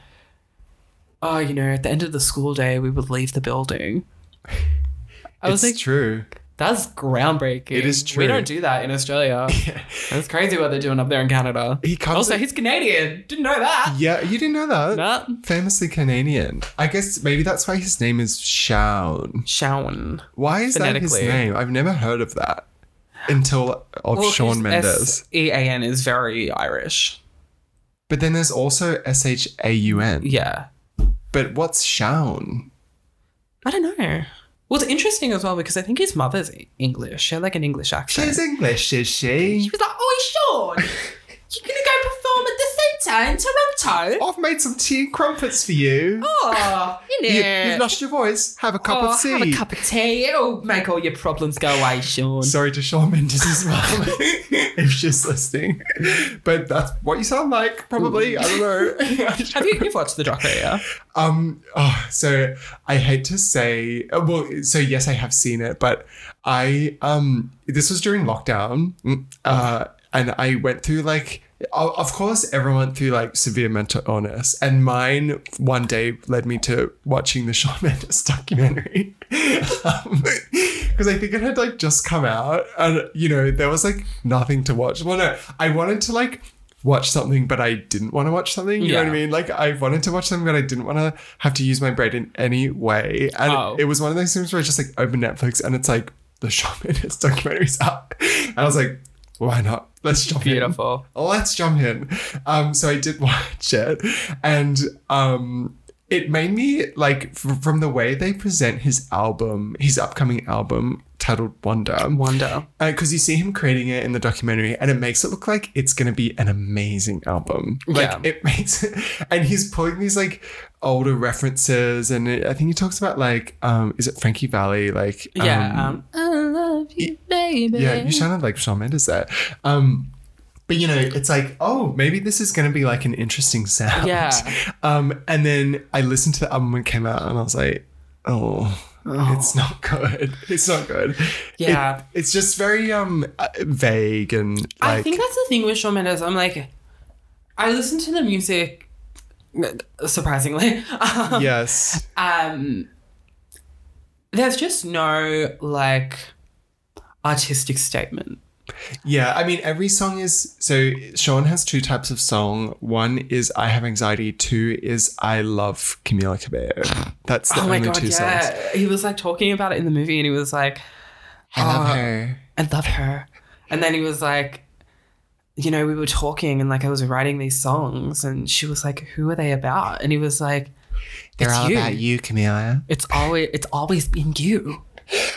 "Oh, you know, at the end of the school day, we would leave the building." I it's was like, true. "That's groundbreaking." It is We true. don't do that in Australia. That's crazy what they're doing up there in Canada. He comes also, in- he's Canadian. Didn't know that. Yeah, you didn't know that. Nah. Famously Canadian. I guess maybe that's why his name is Shaun. Shawn. Why is that his Phonetically. name? I've never heard of that until of Shawn Mendes. E A N is very Irish. But then there's also S H A U N. Yeah. But what's Shaun? I don't know. Well, it's interesting as well because I think his mother's English. She had like an English accent. She's English, is she? was like, "Oh, Sean, you gonna go perform at the centre in Toronto?" I've made some tea and crumpets for you. Oh, you Oh, you have lost your voice. Oh, Have a cup of tea. of tea. It'll make all your problems go away, Sean. Sorry to Shawn Mendes as well, if she's listening. But that's what you sound like, probably. I don't know. Have you you've watched the documentary? Yeah? Um. Oh, so I hate to say. uh, Well, so yes, I have seen it, but I um. This was during lockdown, mm, uh, and I went through like. o- Of course, everyone went through like severe mental illness, and mine one day led me to watching the Shawn Mendes documentary because I think it had like just come out, and you know there was like nothing to watch. Well, no, I wanted to like watch something, but I didn't want to watch something. You know what I Yeah. mean? mean? Like I wanted to watch them, but I didn't want to have to use my brain in any way. And Oh. it was one of those things where I just like open Netflix and it's like the shamanist documentary's up. And I was like, why not? Let's jump Beautiful. in. Let's jump in. Um, so I did watch it, and um, it made me like f- from the way they present his album, his upcoming album titled Wonder Wonder. because Uh, you see him creating it in the documentary and it makes it look like it's going to be an amazing album like Yeah. it makes it and he's pulling these like older references and it, i think he talks about like um is it frankie valley like um, Yeah. Um, yeah you sounded like sean mendes there um but you know it's like oh maybe this is going to be like an interesting sound Yeah. um and then i listened to the album when it came out and i was like oh It's not good. It's not good. Yeah. It- it's just very um uh, vague and like I think that's the thing with Shawn Mendes. I'm like, I listen to the music surprisingly. Um, yes. um there's just no like artistic statement Yeah, I mean every song is so Sean has two types of song. One is I have anxiety, two is I love Camila Cabello. That's the oh my only god two yeah songs. he was like talking about it in the movie and he was like I love Uh, her. i love her and then he was like you know we were talking and like i was writing these songs and she was like who are they about and he was like They're it's all you. about you, Camila. it's always it's always been you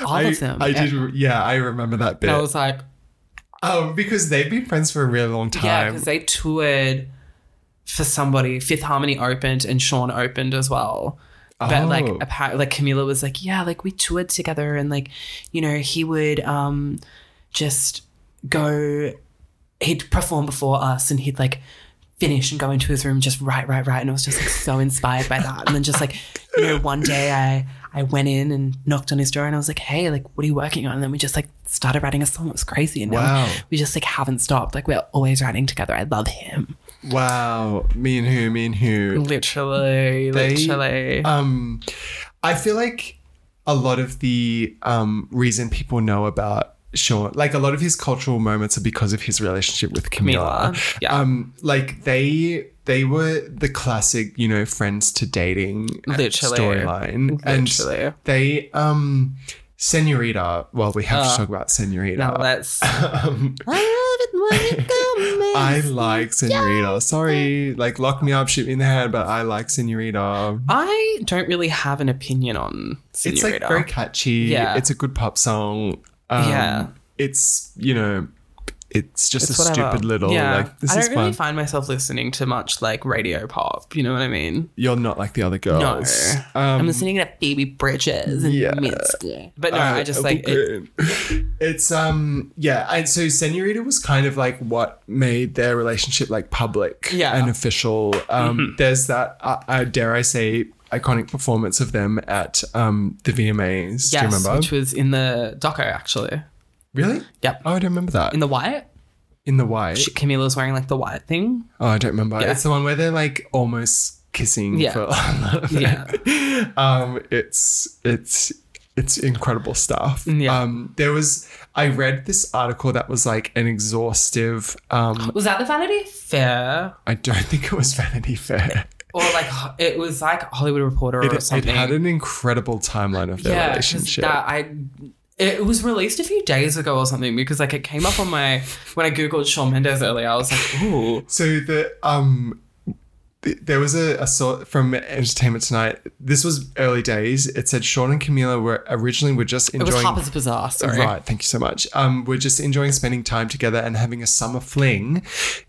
all I, of them I And did re- yeah, I remember that bit. i was like um because they've been friends for a really long Yeah, time. because they toured for somebody. Fifth Harmony opened and Sean opened as well. But like Oh. apparently, like Camila was like, yeah, like we toured together, and like you know he would um just go, he'd perform before us, and he'd like finish and go into his room just right, right, right, and I was just like so inspired by that, and then just like you know one day I I went in and knocked on his door, and I was like, hey, like what are you working on? And then we just like started writing a song. It was crazy, and now Wow. we just like haven't stopped. Like we're always writing together. I love him. wow. Me and who, me and who. Literally, They- literally. um i feel like a lot of the um reason people know about Sean, like a lot of his cultural moments are because of his relationship with Camila. Camila, yeah. Um, like they they were the classic, you know, friends to dating Literally. storyline. And Literally. they um Senorita, well, we have Uh, to talk about Senorita. now let's. Um, I like Senorita. Sorry, like lock me up, shoot me in the head, but I like Senorita. I don't really have an opinion on It's Senorita. like very catchy. Yeah. It's a good pop song. Um, Yeah. It's, you know, it's just It's a whatever. stupid little, Yeah. like, this I don't is really fun. find myself listening to much like radio pop. You know what I mean? You're not like the other girls. I'm Um, listening to Baby Bridges and Yeah. Minsk. But no, uh, I just like it, okay. it's um yeah and so senorita was kind of like what made their relationship like public Yeah. and official um there's that uh, uh, dare i say iconic performance of them at um the vmas do yes, you remember which was in the doco actually. really Yep. oh i don't remember that In the white, in the white she, Camila's wearing like the white thing. Oh, I don't remember. Yeah. It's the one where they're like almost kissing Yeah. for yeah. um it's it's it's incredible stuff. Yeah. Um there was I read this article that was like an exhaustive um Was that the Vanity Fair I don't think it was Vanity Fair. or like ho- it was like Hollywood Reporter It, or it something. had an incredible timeline of their yeah, 'cause relationship. that I it was released a few days ago or something because like it came up on my when I googled Shawn Mendes earlier. I was like, ooh, so the um th- there was a, a sort from Entertainment Tonight. This was early days. It said Sean and Camila were originally were just It enjoying. was Harper's Bazaar. Sorry. Right, thank you so much. Um, we're just enjoying spending time together and having a summer fling.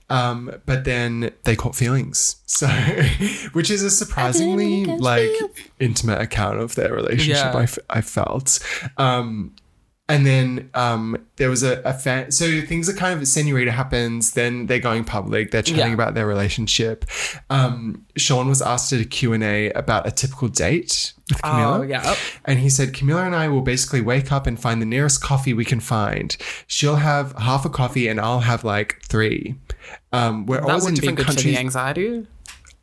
Um, but then they caught feelings. So, which is a surprisingly like intimate account of their relationship, Yeah. I I, f- I felt. Um, and then um, there was a, a fan. So things are kind of senorita happens. Then they're going public. They're chatting Yeah. about their relationship. Um, Sean was asked at a Q&A about a typical date with Camilla. Oh, yeah. And he said, Camilla and I will basically wake up and find the nearest coffee we can find. She'll have half a coffee and I'll have like three. Um, we're That always in wouldn't be different good for countries. the anxiety.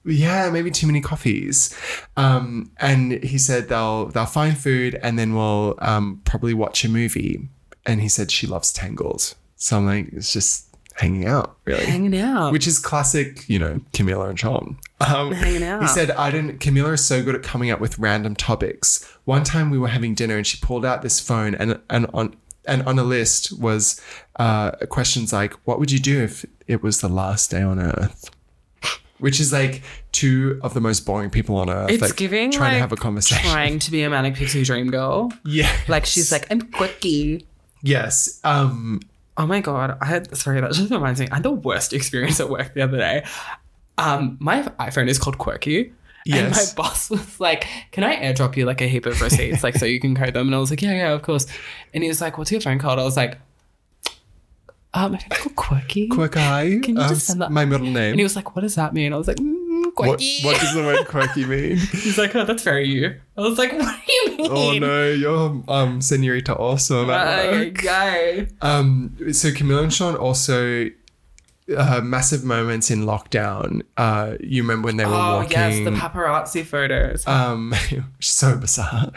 yeah, maybe too many coffees. Um, and he said they'll they'll find food and then we'll um, probably watch a movie. And he said she loves Tangled. So I'm like, it's just hanging out, really. Hanging out. Which is classic, you know, Camila and Sean. Um, He said, I didn't, Camila is so good at coming up with random topics. One time we were having dinner and she pulled out this phone and, and on, and on a list was uh, questions like, what would you do if it was the last day on earth? Which is like two of the most boring people on earth. It's like, giving, trying to like, have a conversation. trying to be a manic pixie dream girl. Yeah. Like she's like, I'm quirky. yes. Um, Oh my god, I had sorry, that just reminds me. I had the worst experience at work the other day. Um, my iPhone is called Quirky. And my Yes. boss was like, Can I airdrop you like a heap of receipts? like so you can code them? And I was like, Yeah, yeah, of course. And he was like, What's your phone called? I was like, uh, my phone's called Quirky. quick eye. Can you just um, send that- My middle name. And he was like, What does that mean? I was like, mm, what, Quirky. what does the word quirky mean? He's like, Oh, that's very you. I was like, What do you mean? Oh no, you're um Senorita Awesome. at Uh, work. guy. Um, so Camille and Sean also uh, massive moments in lockdown. Uh, you remember when they were Oh walking? yes, the paparazzi photos. um, so bizarre.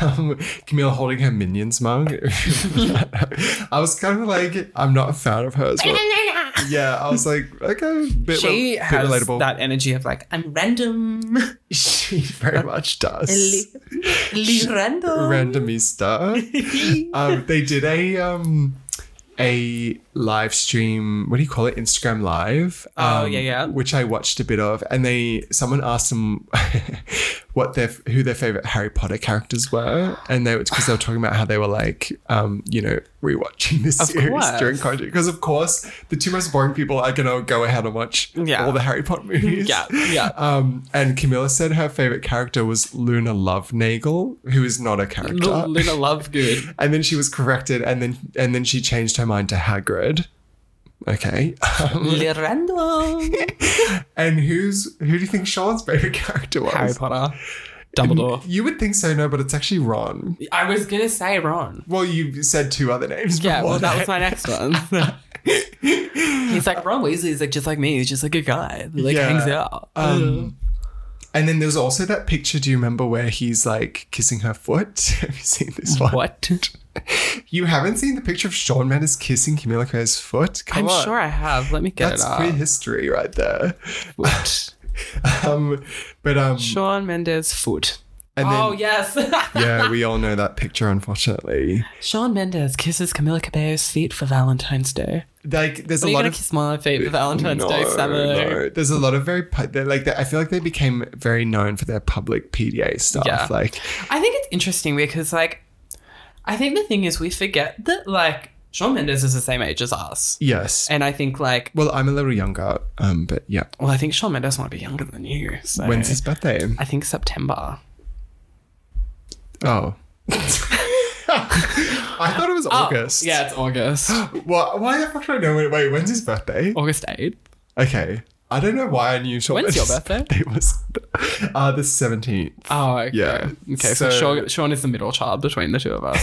Um, Camille holding her minions mug. I was kind of like, I'm not a fan of hers. but- yeah, I was like, okay, bit, she bit has relatable. that energy of like I'm random, she very much does. Li- random. randomista. um, they did a um, a live stream. What do you call it? Instagram live. Oh, um, yeah, yeah. Which I watched a bit of, and they someone asked them what their who their favorite Harry Potter characters were, and they because they were talking about how they were like, um, you know, rewatching this series course. during quarantine. Because of course, the two most boring people are gonna go ahead and watch Yeah. all the Harry Potter movies. Yeah, yeah. Um, and Camilla said her favorite character was Luna Lovenagel, who is not a character. L- Luna Lovegood. and then she was corrected, and then and then she changed her mind to Hagrid. Okay. Um, Li- random. and who's who do you think Sean's favorite character was? Harry Potter. Dumbledore. You would think so, no, but it's actually Ron. I was gonna say Ron. Well, you said two other names. Yeah, before well, that was my next one. he's like Ron Weasley is like just like me. He's just like a guy that like Yeah. hangs out. Um, and then there was also that picture. Do you remember where he's like kissing her foot? Have you seen this one? what? You haven't seen the picture of Sean Mendes kissing Camila Clare's foot? Come I'm on. sure I have. Let me get That's it queer up. history right there. Foot. Um, but um, Sean Mendes foot. and Oh then, yes. yeah, we all know that picture, unfortunately. Sean Mendes kisses Camila Cabello's feet for Valentine's Day. Like, there's Are a you lot gonna of kiss my feet for Valentine's Day, Summer? no. There's a lot of very pu- they're like they- I feel like they became very known for their public PDA stuff. Yeah. Like, I think it's interesting because, like, I think the thing is we forget that, like, Shawn Mendes is the same age as us. yes. And I think, like, well, I'm a little younger, um, but yeah. well, I think Shawn Mendes might be younger than you. So. When's his birthday? I think September. Oh. I thought it was August. Oh, Yeah, it's August. Well, why the fuck do I know? Wait, wait, when's his birthday? August 8th. Okay. I don't know why I knew Sean When's your Mendes' birthday? was uh, the 17th. Oh, okay. Yeah, Okay, so, so- Sean, Sean is the middle child between the two of us.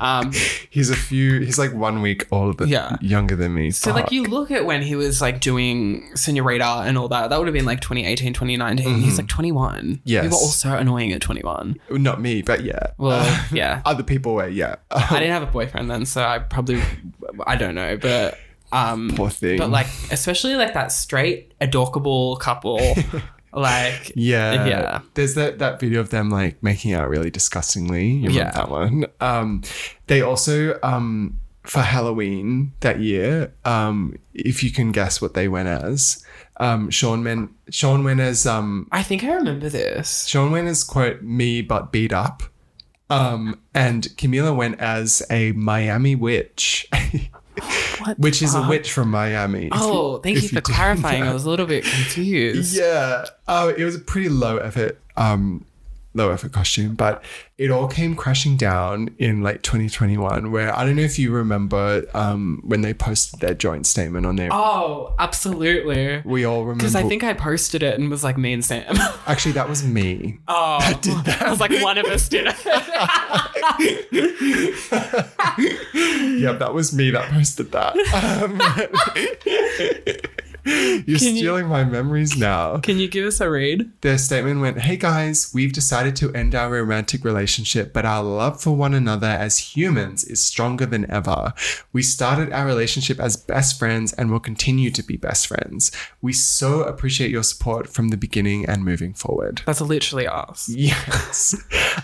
um, He's a few, he's like one week older than, Yeah. younger than me. So, like, you look at when he was, like, doing Senorita and all that. That would have been, like, 2018, 2019. He's, like, 21. Mm-hmm. Yes. We were all so annoying at 21. Not me, but yeah. Well, Uh, yeah. Other people were, yeah. I didn't have a boyfriend then, so I probably I don't know, but um Poor thing. but like especially like that straight adorable couple like Yeah. Yeah. There's that, that video of them like making out really disgustingly. You remember Yeah. that one? Um, they also um for Halloween that year, um, if you can guess what they went as, um, Sean men Sean went as um, I think I remember this. Sean went as quote me but beat up, um, and Camila went as a Miami witch, which is a witch from Miami. Oh, thank if you you for do clarifying. I that. was a little bit confused. Yeah. Oh, it was a pretty low effort, um, low effort costume, but it all came crashing down in like 2021. Where I don't know if you remember um, when they posted their joint statement on their. Oh, absolutely. we all remember. Because I think I posted it and was like, me and Sam. actually that was me. Oh, I did that. I was like, one of us did it. yeah, that was me that posted that. Um, you're stealing my memories now. Can you give us a read? Their statement went, Hey guys, we've decided to end our romantic relationship, but our love for one another as humans is stronger than ever. We started our relationship as best friends and will continue to be best friends. We so appreciate your support from the beginning and moving forward. That's literally us. Yes.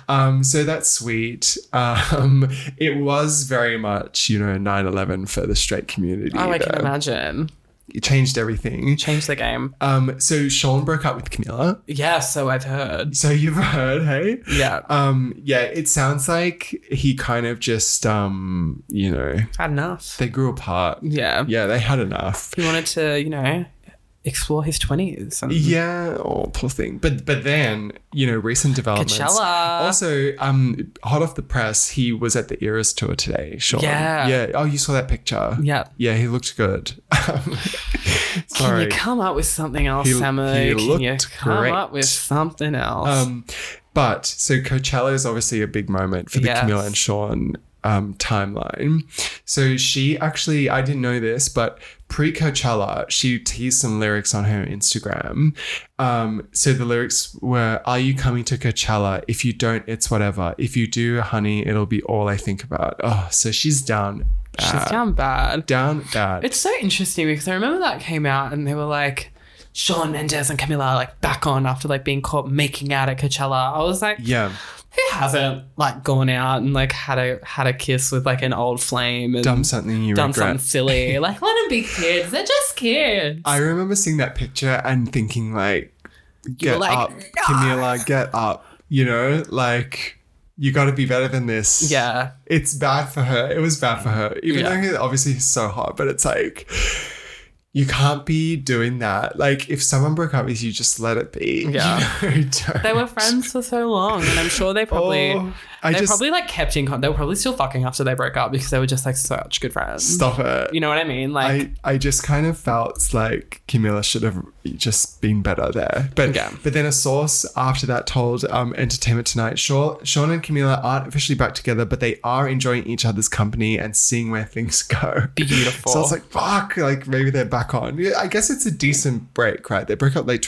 um, so that's sweet. Um, it was very much, you know, 9 11 for the straight community. Oh, I can though. imagine. It changed everything. Change the game. Um, so Sean broke up with Camilla. Yeah, so I've heard. So you've heard, hey? Yeah. Um, yeah, it sounds like he kind of just, um, you know, Had enough. they grew apart. Yeah. Yeah, they had enough. He wanted to, you know, explore his 20s. And- Yeah, oh, poor thing. But but then you know, recent developments. Coachella. Also, um, hot off the press, he was at the Eras tour today. Sean. Yeah. Yeah. Oh, you saw that picture. Yeah. Yeah, he looked good. Um, Can Sorry. you come up with something else, He- Samu? he Can you looked come great. up with something else? Um, but so Coachella is obviously a big moment for the Yes. Camilla and Sean um, timeline. So she actually, I didn't know this, but pre Coachella, she teased some lyrics on her Instagram. Um, so the lyrics were Are you coming to Coachella? If you don't, it's whatever. If you do, honey, it'll be all I think about. Oh, so she's down. She's bad. down bad. Down bad. It's so interesting because I remember that came out and they were like, Sean Mendes and Camila are like back on after like being caught making out at Coachella. I was like, yeah. who hasn't like gone out and like had a had a kiss with like an old flame and Done something you done regret. something silly? like, let them be kids. They're just kids. I remember seeing that picture and thinking like, get like, up, Camila, get up. You know, like you got to be better than this. yeah. it's bad for her. It was bad for her, even Yeah. though he's obviously he's so hot. But it's like you can't be doing that. Like if someone broke up with you, just let it be. Yeah. You know, don't- They were friends for so long and I'm sure they probably Oh, I they just probably like kept in contact. They were probably still fucking after they broke up because they were just like such good friends. stop it. You know what I mean? Like I, I just kind of felt like Camilla should have just been better there. But Yeah. but then a source after that told um, Entertainment Tonight, Sean, Sean and Camilla aren't officially back together, but they are enjoying each other's company and seeing where things go. Beautiful. So I was like, fuck, like maybe they're back on. Yeah, I guess it's a decent break, right? They broke up late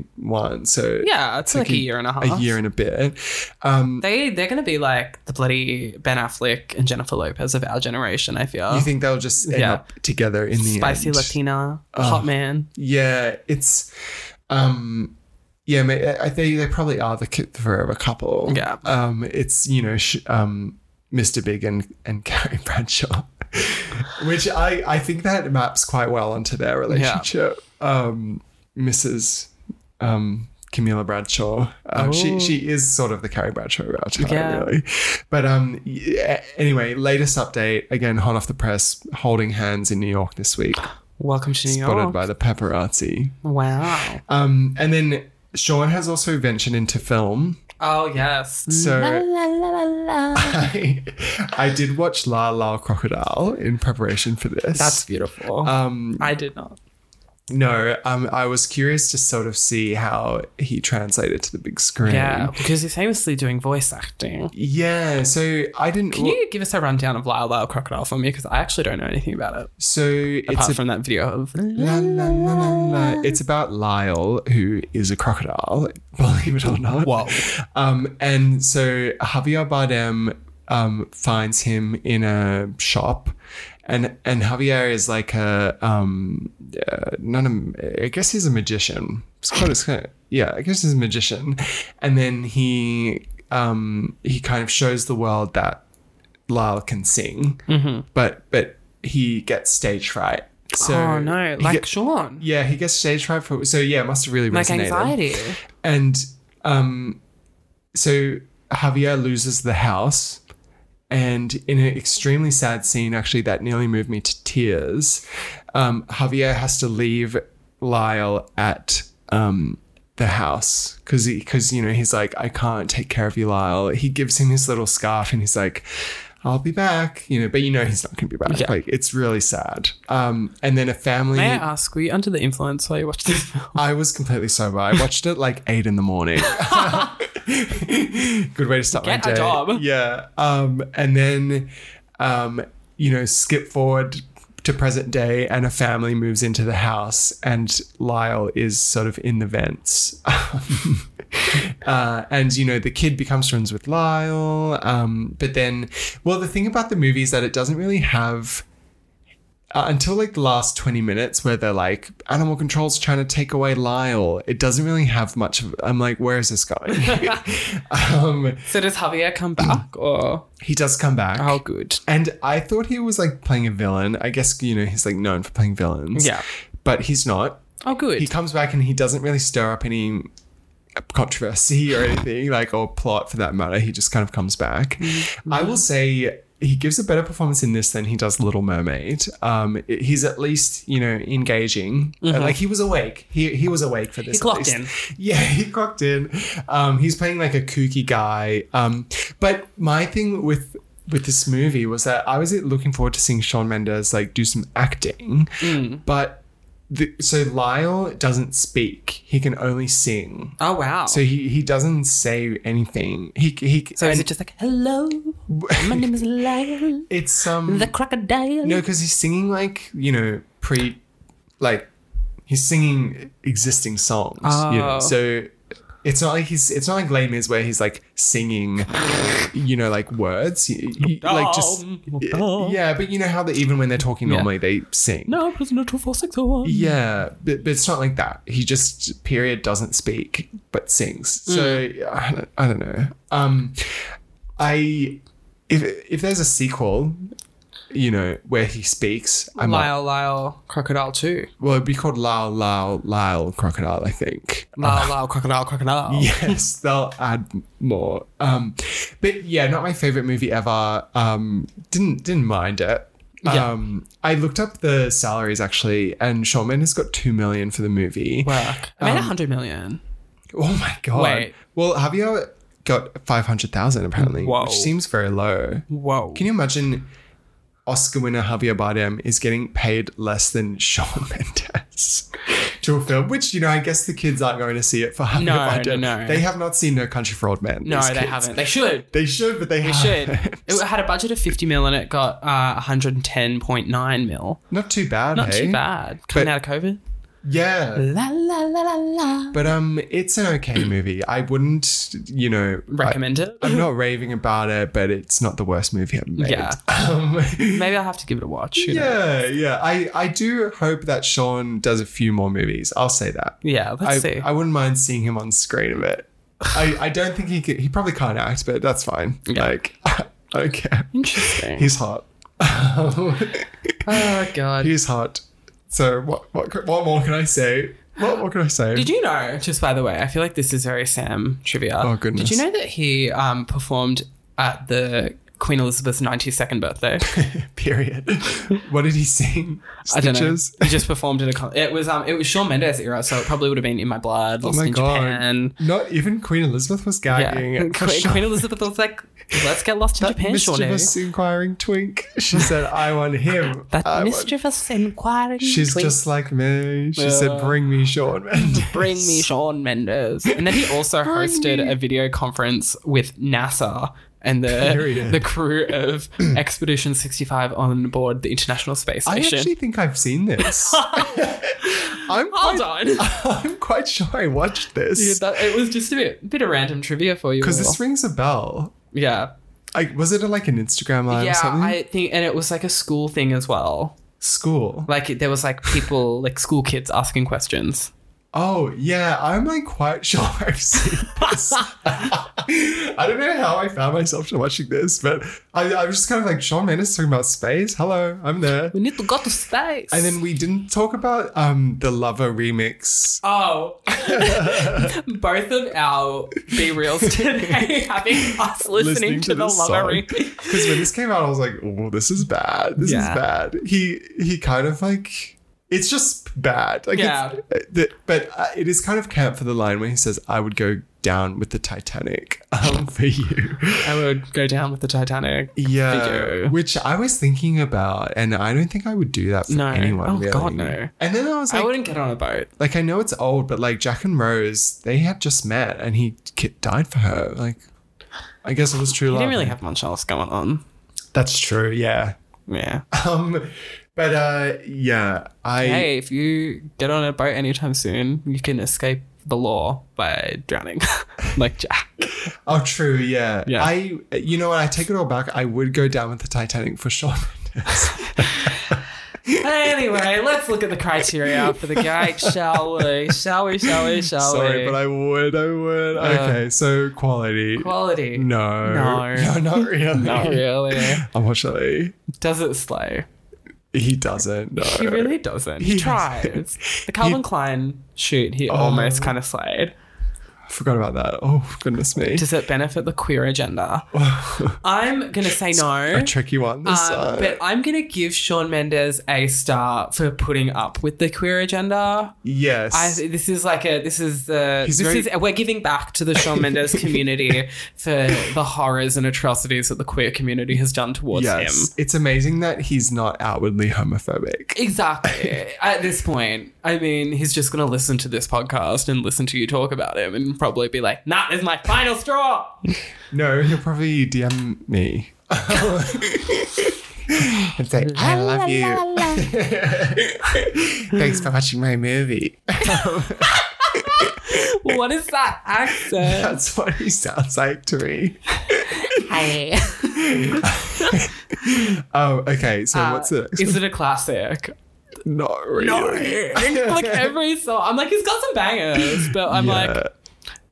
2021, so yeah, it's, like, a year and a half. a year and a bit. Um, They they're gonna be like the bloody Ben Affleck and Jennifer Lopez of our generation. I feel you think they'll just end Uh-huh. Yeah. up together in the spicy end? Latina, hot man. yeah, it's um yeah, ma- I I think they probably are the ki- the forever couple. Yeah. Um it's you know sh- um Mr. Big and and Carrie Bradshaw. Which I I think that maps quite well onto their relationship. Um Mrs. um Camila Bradshaw. Um, she she is sort of the Carrie Bradshaw about her, Oh. Yeah. really. But um, yeah, anyway, latest update again, hot off the press, holding hands in New York this week, Welcome to New spotted York. by the paparazzi. wow. Um, and then Sean has also ventured into film. Oh yes. So La, la, la, la. I, I did watch La La Crocodile in preparation for this. That's beautiful. um, I did not. no, um, I was curious to sort of see how he translated to the big screen. Yeah, because he's famously doing voice acting. Yeah, so I didn't. Can you give us a rundown of Lyle Lyle Crocodile for me? Because I actually don't know anything about it. so it's Apart a from that video of La, la, la, la, la. It's about Lyle, who is a crocodile, believe it or not. Wow. Um, and so Javier Bardem um, finds him in a shop. And, and Javier is like a um uh, not a I guess he's a magician. It's quite it's kind of, yeah, I guess he's a magician. And then he um he kind of shows the world that Lyle can sing, Mm-hmm. but but he gets stage fright. So oh no, he like get- Sean, yeah, he gets stage fright for so yeah, it must have really like resonated. anxiety. And um, so Javier loses the house. And in an extremely sad scene, actually, that nearly moved me to tears, um, Javier has to leave Lyle at um, the house because, because you know, he's like, I can't take care of you, Lyle. He gives him his little scarf and he's like, I'll be back, you know, but you know, he's not going to be back. Yeah. Like, it's really sad. Um, and then a family. May I ask, were you under the influence while you watched this film? I was completely sober. I watched it like eight in the morning. Good way to start Get my a day. job. Yeah. Um, and then, um, you know, skip forward to present day, and a family moves into the house, and Lyle is sort of in the vents. Uh, and you know the kid becomes friends with Lyle, um, but then, well, the thing about the movie is that it doesn't really have uh, until like the last 20 minutes where they're like animal control's trying to take away lyle it doesn't really have much of i'm like where is this going um, So does Javier come back, or he does come back oh, good? and i thought he was like playing a villain i guess you know he's like known for playing villains Yeah. but he's not Oh, good. he comes back and he doesn't really stir up any controversy or anything like or plot for that matter he just kind of comes back Mm-hmm. i will say he gives a better performance in this than he does little mermaid um it- he's at least you know engaging Uh, like he was awake he he was awake for this at Mm-hmm. clocked least. in. yeah he clocked in um he's playing like a kooky guy um but my thing with with this movie was that i was looking forward to seeing sean mendes like do some acting Mm. but the, so Lyle doesn't speak. He can only sing. oh wow. So, So he, he doesn't say anything. He he. is and it just like Hello, my name is Lyle, it's um the crocodile. no because he's singing like you know pre like he's singing existing songs. You know? Oh. So it's not like he's it's not like Lame is where he's like singing you know like words You- you- like just yeah. But you know how that even when they're talking Yeah. normally they sing. no prisoner two four six oh one? Yeah, but, but it's not like that. He just period doesn't speak but sings. So Hmm. I, don't, I don't know. Um, I if if there's a sequel, you know, where he speaks, I might. Lyle, Lyle, crocodile too. Well, it'd be called Lyle Lyle Lyle Crocodile, I think. Lyle, Lyle, crocodile, crocodile. Yes, they'll add more. Um, but yeah, not my favorite movie ever. Um, didn't didn't mind it. Yeah. Um, I looked up the salaries actually, and Shawn Mendes got two million for the movie. Work. Um, I made a hundred million. Oh my god! Wait. Well, Javier got five hundred thousand apparently, Whoa. which seems very low. Whoa. Can you imagine? Oscar winner Javier Bardem is getting paid less than Sean Mendes to a film, which you know I guess the kids aren't going to see it for Javier No, Bardem. no, no. They have not seen No Country for Old Men. no, these they kids. haven't. They should. They should, but they, They should. haven't. it had a budget of 50 mil and it got uh, 110.9 mil. Not too bad. Not hey? too bad. Coming out of COVID. Yeah, La la la la la. but um, it's an okay movie. I wouldn't, you know, I- Recommend it. I'm not raving about it, but it's not the worst movie I've made. Yeah. Um, Maybe I'll have to give it a watch. you know. Yeah, yeah. I, I do hope that Sean does a few more movies. I'll say that. Yeah, let's I, see. I wouldn't mind seeing him on screen a bit. I, I don't think he could, he probably can't act, but that's fine. Like, okay. Interesting. He's hot. oh, God. He's hot. So what, what what more can I say? What more can I say? Did you know, just by the way, I feel like this is very Sam trivia. Oh, goodness. Did you know that he um, performed at the Queen Elizabeth's 92nd birthday? Period. what did he sing? I don't know. Stitches? He just performed at a con- it was um it was Shawn Mendes era, so it probably would have been in my blood, Oh Lost my in god. Japan. Not even Queen Elizabeth was Yeah, gagging. Queen, at for Sean- Queen Elizabeth was like, "Let's get lost in that Japan, Shawn." mischievous inquiring twink. She said, "I want him." That I want- mischievous inquiring. She's twink. just like me. She said, "Bring me Sean Mendes." Bring me Sean Mendes. And then he also hosted a video conference with NASA and the, Period. the crew of Expedition 65 on board the International Space I Station. actually think I've seen this. I'm Hold quite, on. I'm quite sure I watched Yeah, this that- it was just a bit, bit of random trivia for you. because all. this rings a bell. yeah. I, was it like an Instagram live or Yeah, something? I think, and it was like a school thing as well. School. Like there was like people, like school kids asking questions. Oh yeah, I'm like quite sure I've seen this. I don't know how I found myself watching this, but I, I was just kind of like Sean Mendes talking about space. Hello, I'm there. We need to go to space. And then we didn't talk about um the Lover remix. Oh, both of our be reals today having us listening, to, the this lover song. remix. Because when this came out, I was like, "Oh, this is bad. This Yeah. is bad." He he kind of like it's just bad. Like it's- uh, the, but uh, it is kind of camp for the line when he says, "I would go down with the Titanic um, for you." I would go down with the Titanic. Yeah, you. which I was thinking about, and I don't think I would do that for No. anyone. Oh, really. God, no. And then I was like, I wouldn't get on a boat. like I know it's old, but like Jack and Rose, they had just met, and he ki- died for her. Like, I guess it was true You love. didn't really have much else going on. That's true. Yeah. Yeah. Um, but uh, yeah, I hey, if you get on a boat anytime soon, you can escape the law by drowning, like Jack. oh true, yeah, Yeah. I you know what? I take it all back. I would go down with the Titanic for sure. anyway, let's look at the criteria for the gate, shall we? Shall we? Shall we? Shall Sorry, we? but I would, I would. okay, so quality. Uh, Quality. No, No. no, not really. Not really. Unfortunately, Does it slow? he doesn't. No, He really doesn't. He, He Oh. tries. The Calvin Klein shoot, he almost kind of slayed. I forgot about that. Oh goodness me, Does it benefit the queer agenda? I'm gonna say no. a tricky one. This Um, uh, but I'm gonna give Sean Mendes a star for putting up with the queer agenda. yes, I, this is like a this is the He's this very- is we're giving back to the Sean Mendes community for the horrors and atrocities that the queer community has done towards him. yes. It's amazing that he's not outwardly homophobic. Exactly. At this point, I mean, he's just going to listen to this podcast and listen to you talk about him and probably be like, nah, this is my final straw. No, he'll probably DM me and say, "I love you." Thanks for watching my movie. what is that accent? That's what he sounds like to me. Hey. Oh, okay. So what's the next Is it a classic? one? Not really. like every song. I'm like, he's got some bangers, but I'm Yeah. like,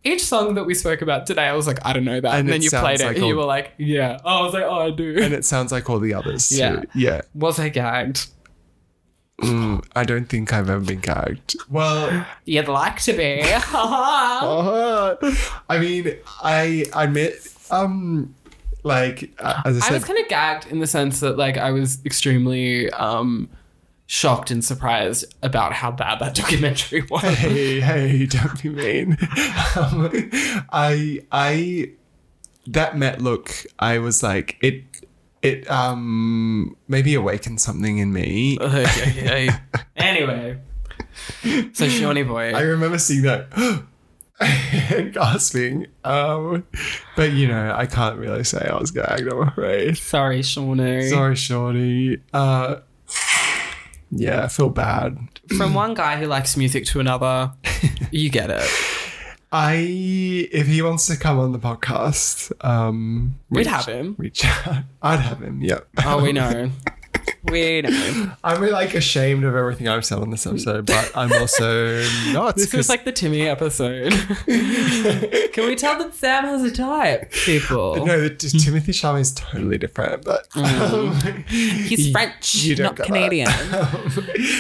each song that we spoke about today, I was like, I don't know that. And, And then it you played sounds it like and you all- were like, yeah. Oh, I was like, oh, I do. and it sounds like all the others. Too. Yeah. Yeah, yeah. was I gagged? Mm, I don't think I've ever been gagged. Well, You'd like to be. uh, I mean, I admit, um, like uh, as I I said, was kind of gagged in the sense that like I was extremely um shocked and surprised about how bad that documentary was. hey, hey, don't be mean. Um, I, I, that Met look, I was like, it, it, um, maybe awakened something in me. Uh-huh. okay, Anyway. So Shawnee boy. I remember seeing that and gasping. Um, but you know, I can't really say I was gagged. I'm afraid. Sorry, Shawnee. Sorry, Shorty. Uh, yeah, I feel bad. From one guy who likes music to another, you get it. I, if he wants to come on the podcast, um, We'd reach- have him. Reach out. I'd have him. Yep. Oh, we know. We know. I'm like ashamed of everything I've said on this episode, but I'm also not. This was like the Timmy episode. Can we tell that Sam has a type, people? no, the, Timothy Chalamet is totally different, but Mm. He's French, you don't not get that. Canadian.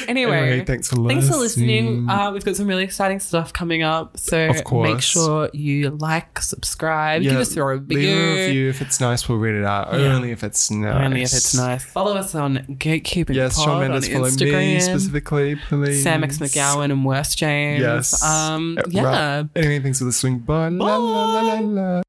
Anyway, thanks for listening. Thanks for listening. Uh, we've got some really exciting stuff coming up. So Of course. make sure you like, subscribe, Yeah, give us a review. Leave a review if it's nice. We'll read it out. Only if it's nice. Only if it's nice. Follow us on Gatekeeping Yes, Pod Sean Mendes, on follow me Instagram. specifically, please. Sam X McGowan and Wes James. Yes. Um, Uh, yeah. Right. Anyway, thanks for listening. Bye. La, la, la, la, la.